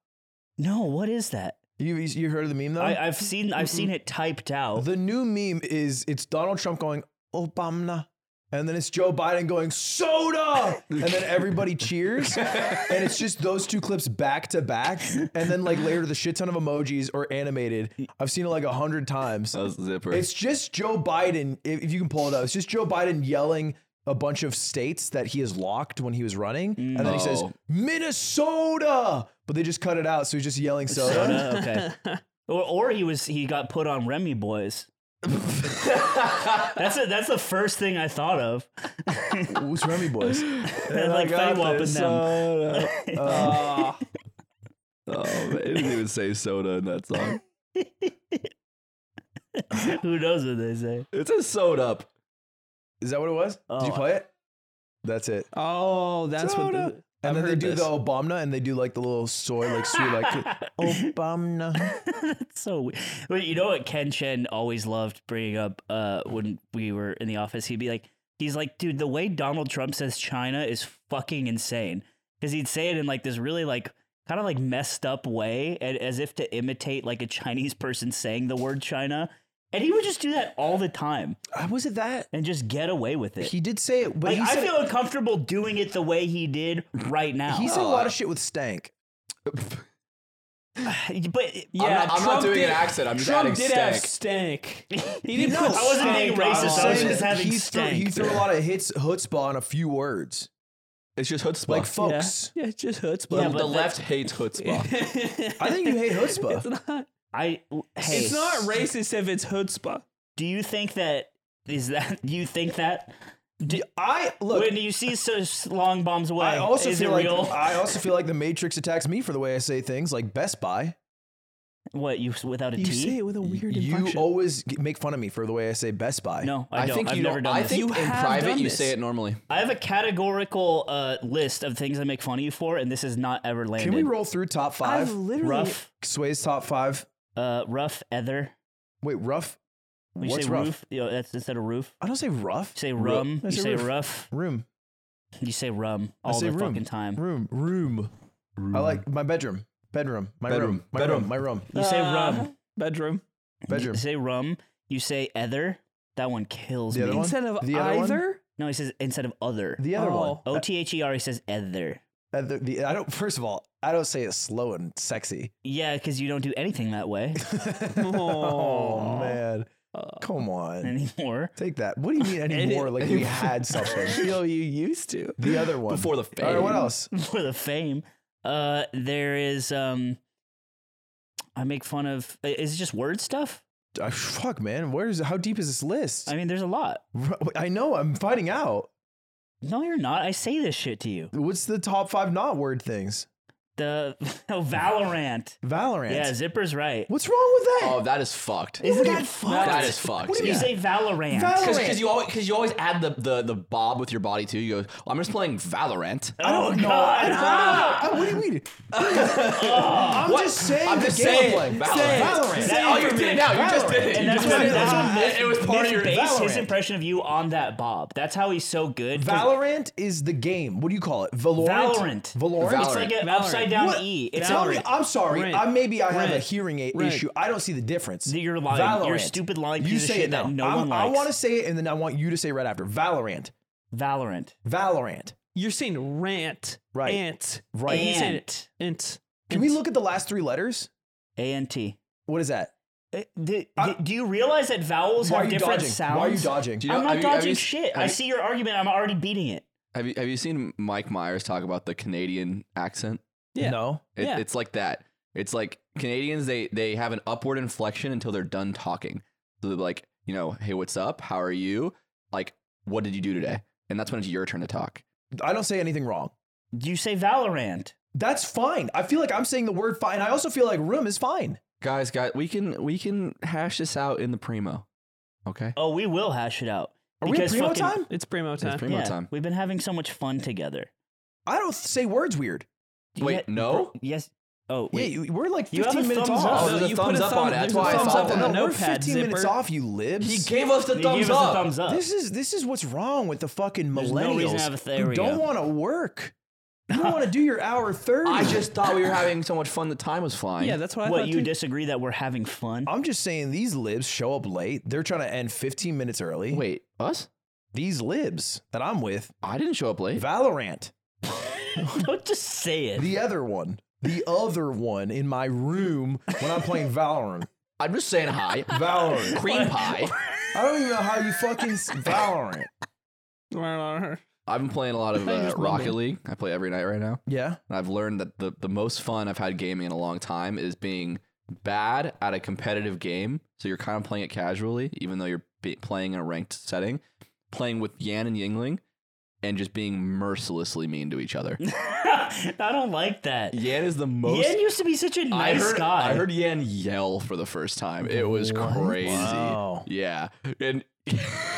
No, what is that? You you heard of the meme though? I, I've seen I've seen it typed out. The new meme is it's Donald Trump going Obama, and then it's Joe Biden going soda, and then everybody cheers, and it's just those two clips back to back, and then like later the shit ton of emojis or animated. I've seen it like a hundred times. That was zipper. [laughs] It's just Joe Biden. If, if you can pull it up, it's just Joe Biden yelling a bunch of states that he has locked when he was running, and then he says No. Minnesota, but they just cut it out, so he's just yelling Oh, soda. no, okay. Or, or he was he got put on Remy Boys. that's a, that's the first thing I thought [laughs] of. [laughs] Who's Remy boys? That's like Fetty Wap and them. soda. oh, man. It didn't even say soda in that song. uh, [laughs] Who knows what they say? It says soda up. Is that what it was? Did Oh. you play it? That's it. [laughs] Oh, that's what. Soda. The, I've and then they heard do this. the Obama and they do like the little soy, like [laughs] sweet, like Obama. That's so weird. But you know what Ken Chen always loved bringing up uh, when we were in the office? He'd be like, he's like, dude, the way Donald Trump says China is fucking insane. Because he'd say it in like this really like kind of like messed up way and as if to imitate like a Chinese person saying the word China. And he would just do that all the time Uh, was it that? and just get away with it. He did say it, but like, he I said, feel uncomfortable doing it the way he did right now. he said a lot of shit with stank. [sighs] but I'm Yeah, not, I'm not Trump doing did- an accent. I'm just Trump adding did have stank. stank. He didn't. No, put I wasn't being stank on racist, I was it. Saying [laughs] just that having he Threw, he stank. threw a lot of hits, chutzpah on a few words. It's just chutzpah. Like, Yeah. folks, Yeah, it just hurts. the, Yeah, But but the that- left hates chutzpah. I think you [laughs] hate chutzpah. [laughs] it's not. I hey, It's not racist if it's chutzpah. Do you think that is that you think that I look. when you see such long bombs away? I also is feel it like real? I also feel like the Matrix attacks me for the way I say things, like Best Buy. [laughs] what you without a T? You say it with a weird You inflection. always g- make fun of me for the way I say Best Buy. No, I, don't. think I've you never don't- done I this. think You in have private done you this. say it normally. I have a categorical uh, list of things I make fun of you for, and this has not ever landed. Can we roll through top I've five? literally. rough, Sway's top five. uh, rough ether? Wait, rough. When you What's say rough? roof, you know, that's instead of roof. I don't say rough. You say rum. I You say say roof. rough. Room, You say rum I all say the room. fucking time. room, room. I like my bedroom, bedroom, my room, Bedroom, my bedroom. room, my room, You say Uh, rum. Bedroom. Ah. bedroom. You say rum. You say ether. That one kills The other me. one? Instead of The other one? either. No, he says instead of other. The uh, other one. Oh. O T H E R. He says ether. Uh, the- the- I don't. First of all, I don't say it slow and sexy. [laughs] Yeah, because you don't do anything that way oh man, Uh, come on, anymore. take that. What do you [laughs] mean anymore? Like we had something. Yo, you used to. The other one Before the All right, fame. what else? [laughs] For the fame, uh, there is um, I make fun of. Is it just word stuff? Uh, fuck, man. Where is? How deep is this list? I mean, there's a lot. Ru- I know. I'm finding out. No, you're not. I say this shit to you. What's the top five not word things? The [laughs] oh, Valorant. Valorant. Yeah, Zipper's right. What's wrong with that? Oh, that is fucked. Isn't that it fucked? fucked? That is fucked. What do You yeah. say Valorant. Valorant. Because you always because you always add the, the the bob with your body too. You go, "Well, I'm just playing Valorant. oh, I don't know. I God. Ah! don't know. I- What do [laughs] you mean? I'm Ah! What? just saying I'm the just game saying I'm playing. Valorant. Valorant. That- oh, you for did it me. now. You just did it. And You that's just what did it. that's what It- it was part of your. base his Valorant. impression of you on that Bob. That's how he's so good. 'cause Valorant is the game. What do you call it? Valorant. Valorant. Valorant. Valorant. It's like an Valorant. upside down What? E. It's Tell me, Valorant. I'm sorry. Rent. I maybe I have a Rent. hearing aid Rent. issue. I don't see the difference. You're lying. Valorant. You're a stupid lying You piece of say shit it now. that no I'm- one I likes. want to say it, and then I want you to say it right after. Valorant. Valorant. Valorant. You're saying rant. Right. Ant. Right. You said Ant. it. Ant. Can we look at the last three letters? A N T. What is that? Uh, d- I- d- Do you realize that vowels Why are have you different dodging? sounds? Why are you dodging? Do you know- I'm not have you- have dodging you- shit. have I you- see your argument. I'm already beating it. Have you have you seen Mike Myers talk about the Canadian accent? Yeah. No. It, Yeah. It's like that. It's like Canadians they they have an upward inflection until they're done talking. So they're like, you know, hey, what's up? How are you? Like, what did you do today? And that's when it's your turn to talk. I don't say anything wrong. You say Valorant. That's fine. I feel like I'm saying the word fine. I also feel like room is fine. guys, guys, we can we can hash this out in the primo. Okay, Oh, we will hash it out. Are we in primo time? It's primo it's time. primo yeah, time. We've been having so much fun together. I don't say words weird. You Wait, get- no? Yes. Oh, wait. Yeah, you- we're like You have 15 a minutes thumbs off. Oh, there's no, a you thumbs put a up thumb- on it. That's there's a why I thumbs thought up on that. the we're notepad 15 minutes zipper. off, you libs. He gave us the You thumbs give up. us a thumbs up. This is this is what's wrong with the fucking There's millennials. no reason to have a who theory. don't want to work. You don't want to do your [laughs] hour thirty. I just thought we were having so much fun. The time was flying. Yeah, that's what I What thought. you too. disagree that we're having fun? I'm just saying these libs show up late. They're trying to end 15 minutes early. Wait, us? These libs that I'm with, I didn't show up late. Valorant, [laughs] don't just say it. the other one, the other one in my room when [laughs] I'm playing Valorant. I'm just saying hi. [laughs] Valorant. Cream pie. I don't even know how you fucking s- Valorant. I've been playing a lot [laughs] of uh, Rocket League. I play every night right now. Yeah. And I've learned that the, the most fun I've had gaming in a long time is being bad at a competitive game. So you're kind of playing it casually, even though you're be- playing in a ranked setting, playing with Yan and Yingling, and just being mercilessly mean to each [laughs] other. [laughs] I don't like that. Yan is the most. Yan used to be such a I, nice heard, guy. I heard Yan yell for the first time. It was crazy. Wow. Yeah. And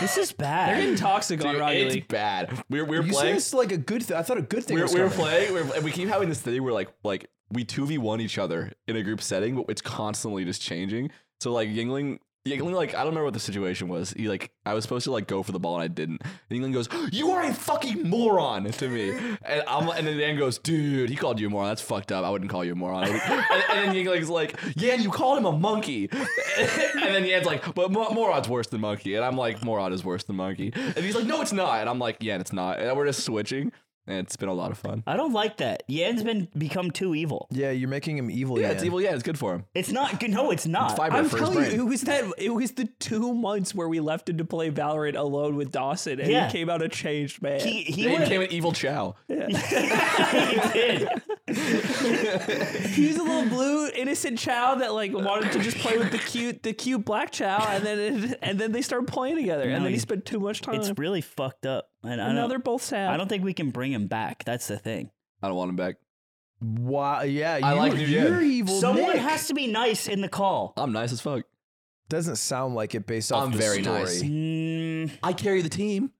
this is bad. [laughs] They're getting toxic on Dude, Rocket it's League. bad. We're we're you said playing. it's like a good thing. I thought a good thing We're, was we're coming. playing. We're, and we keep having this thing. We're like like we two v one each other in a group setting, but it's constantly just changing. So like Yingling. Yingling, like, I don't remember what the situation was. He, like, I was supposed to, like, go for the ball and I didn't. And Yingling goes, You are a fucking moron to me. And I'm, and then Dan goes, Dude, he called you a moron. That's fucked up. I wouldn't call you a moron. I wouldn't- and, and then Yingling's like, Yan, you called him a monkey. [laughs] and then Yan's like, But mo- moron's worse than monkey. And I'm like, Moron is worse than monkey. And he's like, No, it's not. And I'm like, Yan, it's not. And we're just switching. And it's been a lot of fun. I don't like that. Yan's been become too evil. Yeah, you're making him evil. Yeah, Yan. it's evil. Yeah, it's good for him. It's not. good. No, it's not. Fiber I'm for his telling you, brain. it was that. It was the two months where we left him to play Valorant alone with Dawson, and Yeah. he came out a changed man. [laughs] He he He would- became an evil chow. he did. He was a little blue innocent chow that like wanted to just play with the cute, the cute black chow, and then it, and then they started playing together, No, and then you- he spent too much time. It's really fucked up. And I and now they're don't, both sad. I don't think we can bring him back. That's the thing. I don't want him back. Wow. Yeah, you, I like New you're Yan. evil. Someone Nick. Uh, has to be nice in the call. I'm nice as fuck. Doesn't sound like it based off I'm the very story. nice. Mm, I carry the team.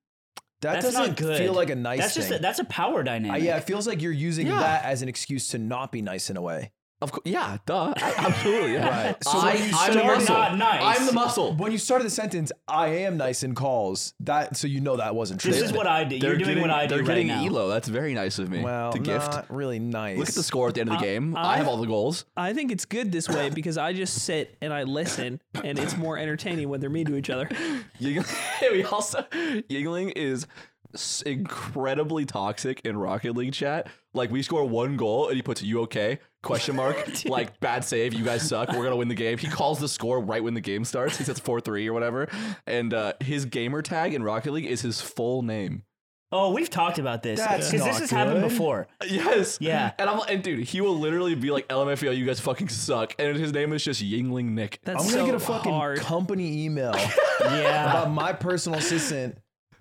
That that's doesn't not good. feel like a nice that's just thing. a, that's a power Uh, dynamic. yeah, it feels like you're using Yeah. that as an excuse to not be nice in a way. Of course, yeah, duh, A- absolutely, [laughs] yeah. Right. So [laughs] I, when you I'm say the you're muscle. not nice- I'm the muscle. When you started the sentence, "I am nice in calls," that so you know that wasn't true. This is what I do. You're doing getting, what I do They're right getting now. Elo. That's very nice of me well, to gift. not really nice. Look at the score at the end of the game. I, I- have all the goals. I think it's good this way because I just sit and I listen, and it's more entertaining when they're mean to each other. Yingling, [laughs] we also Yingling is s- incredibly toxic in Rocket League chat. Like we score one goal and he puts "You okay?" question mark like bad save. You guys suck. We're gonna win the game. He calls the score right when the game starts. He says four three or whatever. And uh, his gamer tag in Rocket League is his full name. Oh, we've talked about this That's because not this has happened good. before. Yes. Yeah. And I'm and dude, he will literally be like LMFAO, you guys fucking suck. And his name is just Yingling Nick. That's I'm gonna so get a fucking hard. company email [laughs] Yeah. about my personal assistant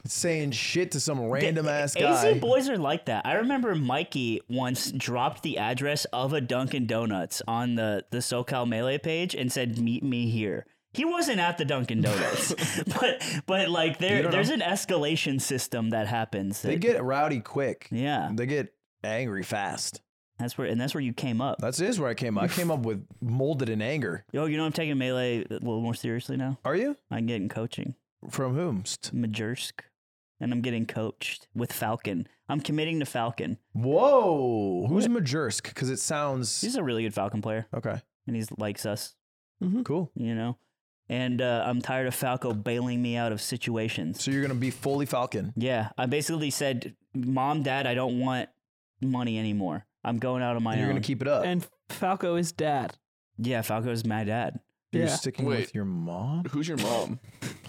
saying shit to some random ass guy. AC boys are like that. I remember Mikey once dropped the address of a Dunkin' Donuts on the, the SoCal Melee page and said, "Meet me here." He wasn't at the [laughs] Dunkin' Donuts, [laughs] but but like there there's an escalation system that happens. they that- get rowdy quick. yeah, They get angry fast. that's where and that's where you came up. That's is where I came. up. I came up with molded in anger. Yo, you know I'm taking melee a little more seriously now. Are you I'm getting coaching. from whom? Majersk, and I'm getting coached with Falcon. I'm committing to Falcon. Whoa, who's Majersk? Because it sounds He's a really good Falcon player, okay. and he likes us. Cool. you know. And uh, I'm tired of Falco bailing me out of situations. So you're gonna be fully Falcon. Yeah, I basically said, "Mom, Dad, I don't want money anymore. I'm going out on my And you're own." gonna keep it up. And Falco is dad. yeah, Falco's my dad. You're Yeah. sticking with Wait. your mom? Who's your mom?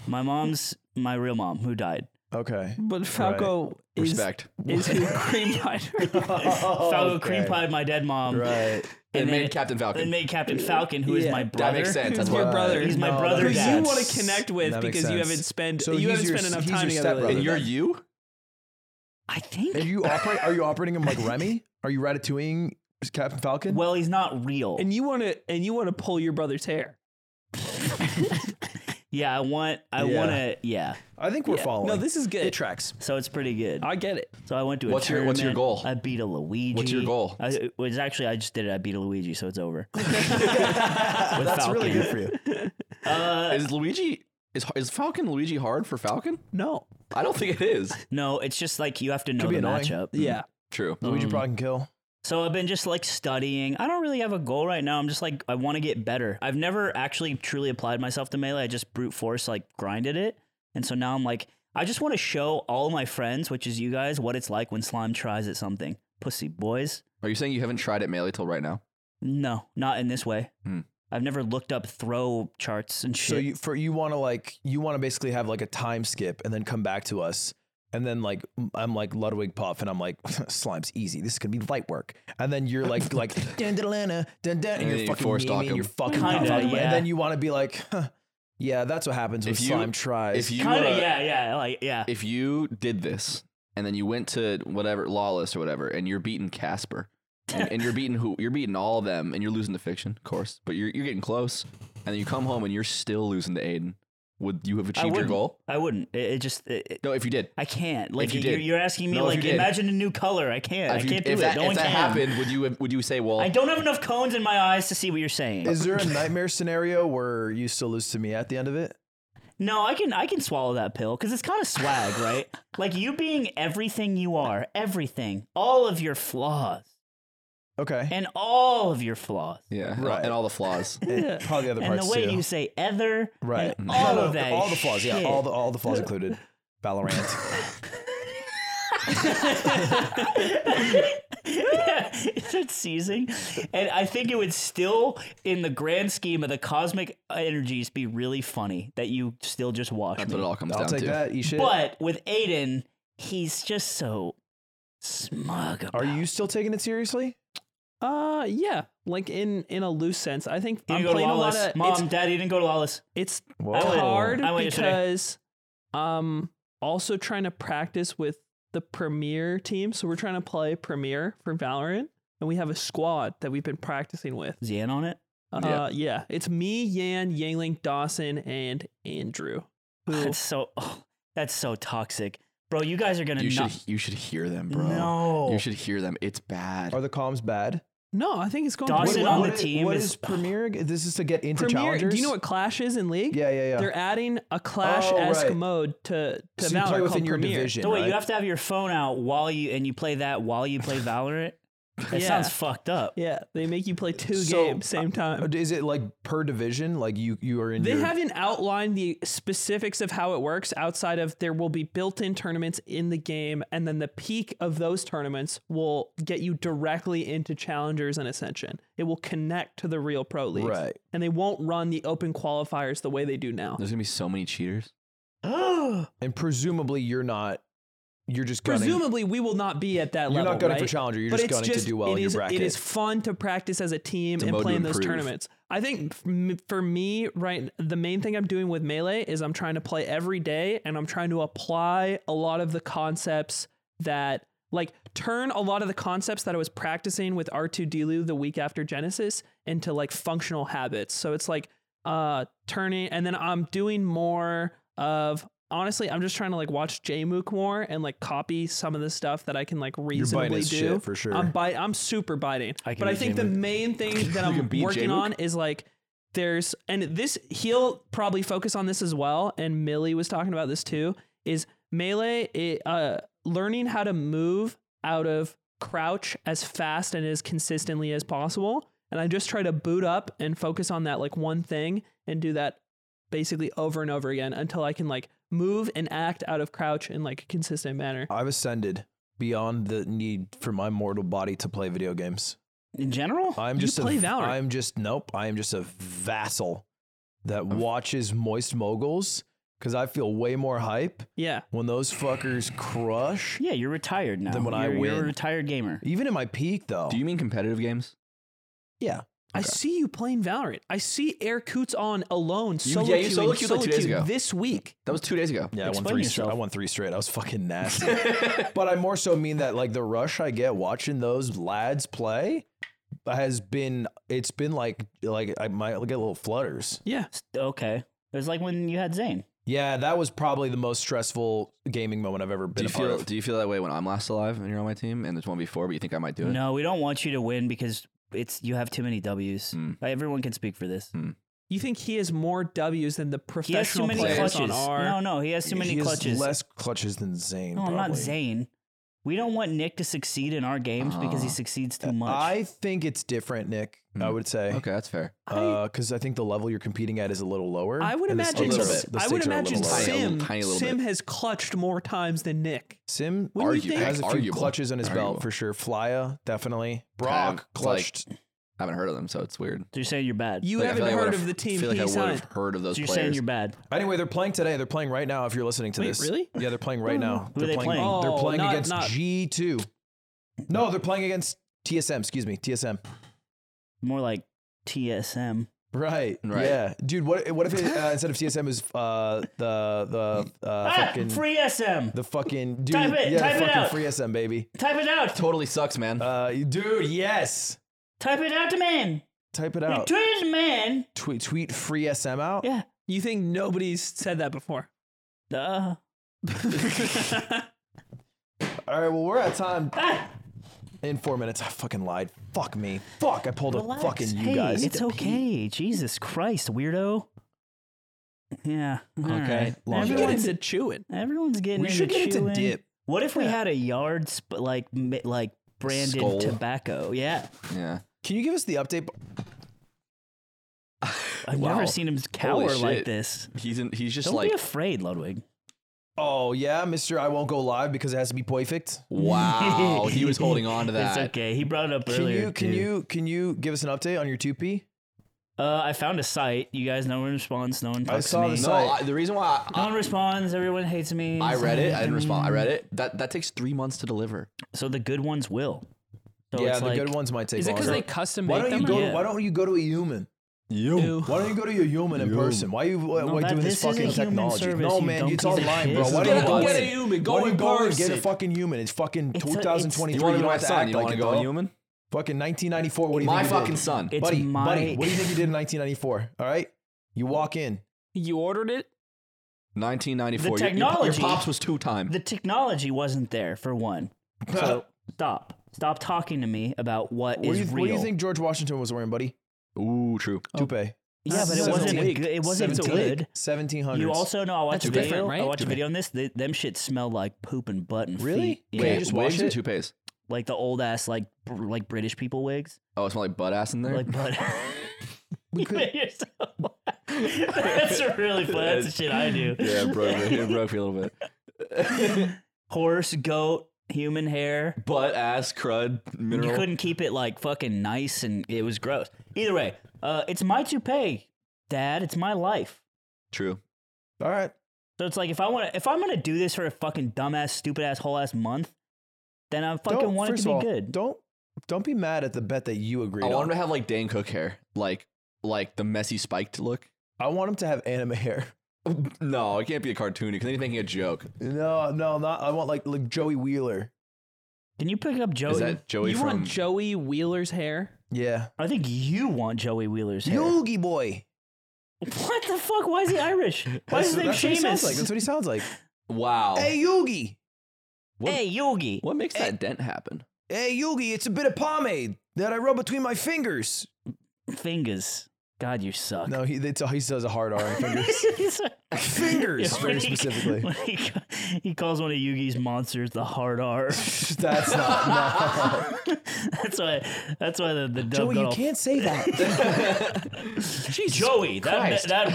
My mom's my real mom who died. [laughs] Okay. But Falco is Respect. is who [laughs] cream [laughs] Rider. Falco Oh, Okay. cream pied my dead mom. Right. And, then made it- Captain Falcon. And made Captain Falcon, who is Yeah. my That brother. That makes sense. That's Who's your why. brother? He's my that brother makes Who you That's- want sense. to connect with That makes because you sense. haven't spent So you he's haven't your- spent enough he's time your together. stepbrother. And you're then. you? I think And you operate? Are you operating him like Remy? Are you ratatouilleing Captain Falcon? Well, he's not real. and you want to and you want to pull your brother's hair. yeah, I want. I Yeah. want to. Yeah. I think we're Yeah. following. No, this is good. it tracks. So it's pretty good. I get it. So I went to a What's your- tournament. what's your goal? I beat a Luigi. What's your goal? I, it was actually I just did it. I beat a Luigi, so it's over. [laughs] [laughs] With That's Falcon. Uh, really good for you. is Luigi is is Falcon Luigi hard for Falcon? No. I don't think it is. No, it's just like you have to know Could be the annoying. matchup. Yeah. True. Luigi probably can kill. So I've been just like studying. I don't really have a goal right now. I'm just like I want to get better. I've never actually truly applied myself to melee. I just brute force like grinded it, and so now I'm like I just want to show all my friends, which is you guys, what it's like when slime tries at something. Pussy boys. Are you saying you haven't tried it melee till right now? No, not in this way. Hmm. I've never looked up throw charts and shit. So you for you want to like you want to basically have like a time skip and then come back to us. And then like I'm like Ludwig Puff, and I'm like [laughs] slime's easy. This is gonna be light work. And then you're [laughs] like like dun, dun, dun, dun, dun, dun, and, then you're you fucking force memeing, talk him. you're fucking Kinda, Puff, and yeah. then you want to be like, huh, yeah, that's what happens when If you- slime tries. If you kind uh, of yeah, yeah, like yeah. if you did this and then you went to whatever Lawless or whatever, and you're beating Casper, and, and you're beating who? You're beating all of them, and you're losing to Fiction, of course, but you're you're getting close, and then you come home and you're still losing to Aiden. Would you have achieved your wouldn't. goal? I wouldn't. It, it just it, it- No, if you did. I can't. Like If you you are did. you're asking me No, if like you did. imagine a new color. I can't. I if you- can't do if it. that, no if one that can. happened, would you would you say, well, I don't have enough cones in my eyes to see what you're saying. Is there a nightmare scenario where you still lose to me at the end of it? no, I can I can swallow that pill because it's kind of swag, right? [laughs] Like you being everything you are, everything, all of your flaws, Okay. and all of your flaws, yeah, and- Right. and all the flaws. And probably the other and parts the way too. you say "ether," right. and [laughs] all No, no, of that, all the flaws, yeah, shit. all the all the flaws included. Valorant. [laughs] yeah, it's seizing. And I think it would still, in the grand scheme of the cosmic energies, be really funny that you still just watch That's me. what it all comes I'll down take to. that. You should. But with Aiden, he's just so smug. About Are you still taking it seriously? Uh yeah. Like in in a loose sense. I think You I'm didn't go to playing a lot Lawless. of Mom, it's- Daddy didn't go to Lawless. it's Whoa. I went- hard I went yesterday. because um also trying to practice with the premier team so we're trying to play premier for valorant and we have a squad that we've been practicing with Is Yan on it? uh Yeah. yeah, it's me yan yangling dawson and andrew who That's so. oh, that's so toxic, bro. You guys are gonna You not. should you should hear them, bro. No. You should hear them. It's bad. Are the comms bad? no i think it's going Dawson pretty on well. the i- team What is- is, Premier? This is to get into premier challengers. do you know what clash is in league Yeah, yeah, yeah. they're adding a clash-esque right. mode to to so you valorant play within called your premier division. So wait, right? you have to have your phone out while you and you play that while you play Valorant. That Yeah. sounds fucked up. yeah they make you play two So, uh, games same time Oh, Is it like per division? Like you, you are in. They your, haven't outlined the specifics of how it works outside of there will be built in tournaments in the game, and then the peak of those tournaments will get you directly into challengers and ascension. It will connect to the real pro leagues. Right. And they won't run the open qualifiers the way they do now. There's gonna be so many cheaters. and presumably you're not. You're just gunning. Presumably, we will not be at that You're level. not gunning for right? challenger, you're But just it's gunning to do well it in your is- bracket. It is fun to practice as a team a and mode play to in those improve. tournaments. I think f- m- for me, right, the main thing I'm doing with melee is I'm trying to play every day and I'm trying to apply a lot of the concepts that like turn a lot of the concepts that I was practicing with R2 Delu the week after Genesis into like functional habits. So it's like uh turning and then I'm doing more of honestly I'm just trying to like watch JMOOC more and like copy some of the stuff that I can like You're biting reasonably his do. shit for sure. I'm bite I'm super biting. I can but I beat think the J-Mook. main thing that can I'm beat working J-Mook? on is like there's and this he'll probably focus on this as well and Millie was talking about this too is melee it, uh learning how to move out of crouch as fast and as consistently as possible and I just try to boot up and focus on that like one thing and do that basically over and over again until I can like move and act out of crouch in like a consistent manner. I've ascended beyond the need for my mortal body to play video games. In general, I'm You just play a, Valorant. I'm just nope. I am just a vassal that watches moist moguls because I feel way more hype Yeah. when those fuckers crush. yeah, you're retired now. Then when I You're- you're a win- retired gamer. Even in my peak though. Do you mean competitive games? yeah. I see you playing Valorant. I see Air Coots on alone solo yeah, you queuing, solo queued like two days queued ago. this week. That was two days ago. Yeah, I won Explain three straight. yourself. I won three straight. I was fucking [laughs] nasty. but I more so mean that like the rush I get watching those lads play, has been it's been like like I might get little flutters. Yeah. Okay. It was like when you had Zane. Yeah, that was probably the most stressful gaming moment I've ever Do been you a part feel of. Do you feel that way when I'm last alive and you're on my team and there's one before, but you think I might do it? No, we don't want you to win because it's you have too many W's. Mm. Everyone can speak for this. You think he has more W's than the He has too professional many players clutches. on our? No, no, he has too many He has clutches. Less clutches than Zane. no, I'm not probably. Zane. We don't want Nick to succeed in our games because he Ah. succeeds too much. I think it's different, Nick. I Hmm. would say. Okay, that's fair. because I think the level you're competing at is a little lower. I would and the imagine. stakes are- s- the I would stakes are a little imagine lower. higher. Tiny Sim. little- tiny little Sim bit. has clutched more times than Nick. Sim Wouldn't you Argu- think- has a few arguable. clutches on his Arguable. belt for sure. Flya definitely. Brock Pav, clutched. I haven't heard of them, so it's weird. so you're saying you're bad. You Like, I haven't feel like I heard would've- of the team feel like I he's would on. have heard of those so you're saying players. you're bad. Anyway, they're playing today. They're playing right now. If you're listening to Wait, this, really? Yeah, they're playing right now. Who are they playing? They're Oh, playing not- against not- G two. No, they're playing against TSM. Excuse me, TSM. More like TSM. Right. Right. Yeah, dude. What? What if it, uh, instead of TSM is uh, the the uh, ah, fucking free SM. the fucking dude? Type it, yeah, type it the fucking out. free SM baby. Type it out. Totally sucks, man. Uh, dude, yes. Type it out, man. Type it out. Tweet it, man. Tweet tweet free SM out. Yeah. You think nobody's said that before? Duh. All right. Well, we're at time Ah, in four minutes. I fucking lied. Fuck me. Fuck. I pulled relax. a fucking you Hey, guys. It's okay. Jesus Christ, weirdo. Yeah. Okay. all Long right. You get Everyone's, into chewing. everyone's getting We into should get into chewing. dip. What if we had a yard sp- like mi- like branded Skull. tobacco? Yeah. yeah. Can you give us the update? I've Wow. never seen him cower like shit. this. He's in, he's just Don't [laughs] like be afraid, Ludwig. Oh yeah, Mister. I won't go live because it has to be perfect. wow. he [laughs] was holding on to that. It's okay. He brought it up Can earlier. you can too. you can you give us an update on your two P? Uh, I found a site. You guys, no one responds. No one talks saw to me. this- No, I, the reason why No I, one responds. Everyone hates me. I, I read it, I didn't respond. I read it. That that takes three months to deliver. So the good ones will. So yeah, it's the like, good ones might take. Is it because longer. they custom Why don't make them? you go? or- Yeah. Why don't you go to a human? You. Why don't you go to a human in person? Why you why, No, why that- do this this, is a fucking human technology? service, no you man, dumb it's piece of online, shit. bro. This Why is don't you a go dumb get piece a of human? Go why don't in you go and get a person. fucking human? It's fucking It's a- it's- 2023. You want to be don't my have to son? act You want like to it, go dog. human? Fucking 1994. What do you My think you did? fucking son. It's buddy, my. buddy. What do you think you [laughs] did in 1994? All right, you walk in. You ordered it. 1994. The Your- your- Your, technology- pops was two time. the technology wasn't there for one. [laughs] [laughs] So stop. Stop talking to me about what is What do, you, real. Oh. what do you think George Washington was wearing, buddy? Ooh, true. Toupee. Yeah, but it Seventeen. wasn't. A, Week. good- it wasn't Seventeen. good. 1700s. You also know I watched a That's video. different, I right? watched a video on this. They, them shit smell like poop and butt and Really? feet. Yeah. Can you Wait, just wash wigs or it? toupees? like the old ass like br- like British people wigs. Oh, it smelled like butt ass in there. [laughs] Like [laughs] butt. We could- You're so black. That's really funny. That's the shit I do. yeah, it broke me. It broke me a little bit. Horse, goat, human hair. Butt ass crud mineral. You couldn't keep it like fucking nice, and it was gross. Either way, uh, it's my toupee, Dad. It's my life. True. All right. So it's like if I want to, if I'm gonna do this for a fucking dumbass, stupid ass, whole ass month, then I fucking Don't- want it first to be of all, good. Don't don't be mad at the bet that you agreed I on. want him to have like Dan Cook hair, like like the messy spiked look. [laughs] I want him to have anime hair. [laughs] No, it can't be a cartoon because then you're making a joke. No, no, not. I want like like Joey Wheeler. Can you pick up Joey? Is that Joey you from? want Joey Wheeler's hair? Yeah, I think you want Joey Wheeler's hair. [laughs] Yogi Boy. What the fuck? Why is he Irish? Why is his That's- name that's what he sounds Seamus? like. That's what he sounds like. wow. Hey Yogi, What, Hey, Yogi. what makes that dent happen? hey Yogi, it's a bit of pomade that I rub between my fingers. Fingers. God, you suck. [laughs] No, he that's, he says a hard R. on Fingers, He's like- fingers Yeah, when very he- specifically. [laughs] when He, ca- he calls one of Yugi's monsters the hard R. [laughs] That's not. No. that's why. That's why the the dub Joey, got you all- can't say that. Joey, that, that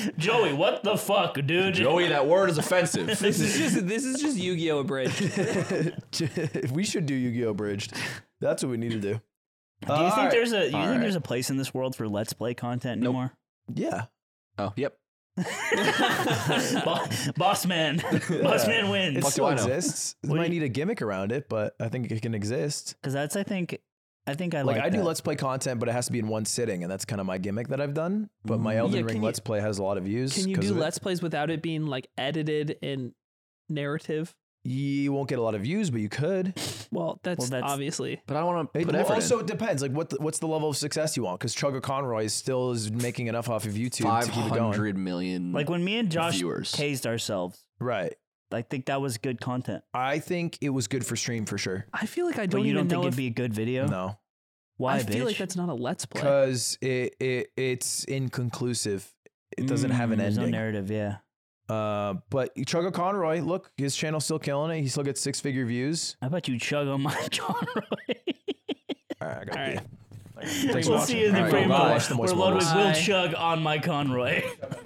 [laughs] word. [laughs] Joey, what the fuck, dude? Joey, that word is offensive. [laughs] This is just this is just Yu-Gi-Oh! abridged. [laughs] we should do Yu-Gi-Oh! Abridged. That's what we need to Do do. you All think right. there's a you think right. there's a place in this world for let's play content anymore? Yeah. oh, yep. [laughs] Bo- boss man, boss man It wins. Fuck still do I know? exists. It What do might you- need a gimmick around it, but I think it can exist. Because that's I think I think I Like, like, I do that. let's play content, but it has to be in one sitting, and that's kind of my gimmick that I've done. But my Elden Yeah, Ring can you- let's play has a lot of views. Can you 'cause do of it. let's plays without it being like edited and narrative? you won't get a lot of views, but you could. Well, that's, Well, that's- obviously. But I want to It put well, effort in. also it depends. Like what the, what's the level of success you want? Because Chugga Conroy still is making enough off of YouTube to Five keep it going. hundred million. Like when me and Josh Viewers. tased ourselves, Right. I think that was good content. I think it was good for stream for sure. I feel like I But don't you don't even think know it'd if be a good video? No, Why, I bitch? feel like that's not a let's play. because it, it it's inconclusive. It doesn't have Mm, an There's no ending. narrative, yeah. Uh, but Chugga Conroy, look, his channel's still killing it. He still gets six figure views. How about you chug on my [laughs] Conroy? All right, I got to All right. pee. Thanks for we'll watching. see you in All the right, frame bye. where Watch the moist Ludwig will Bye. chug on my Conroy. [laughs]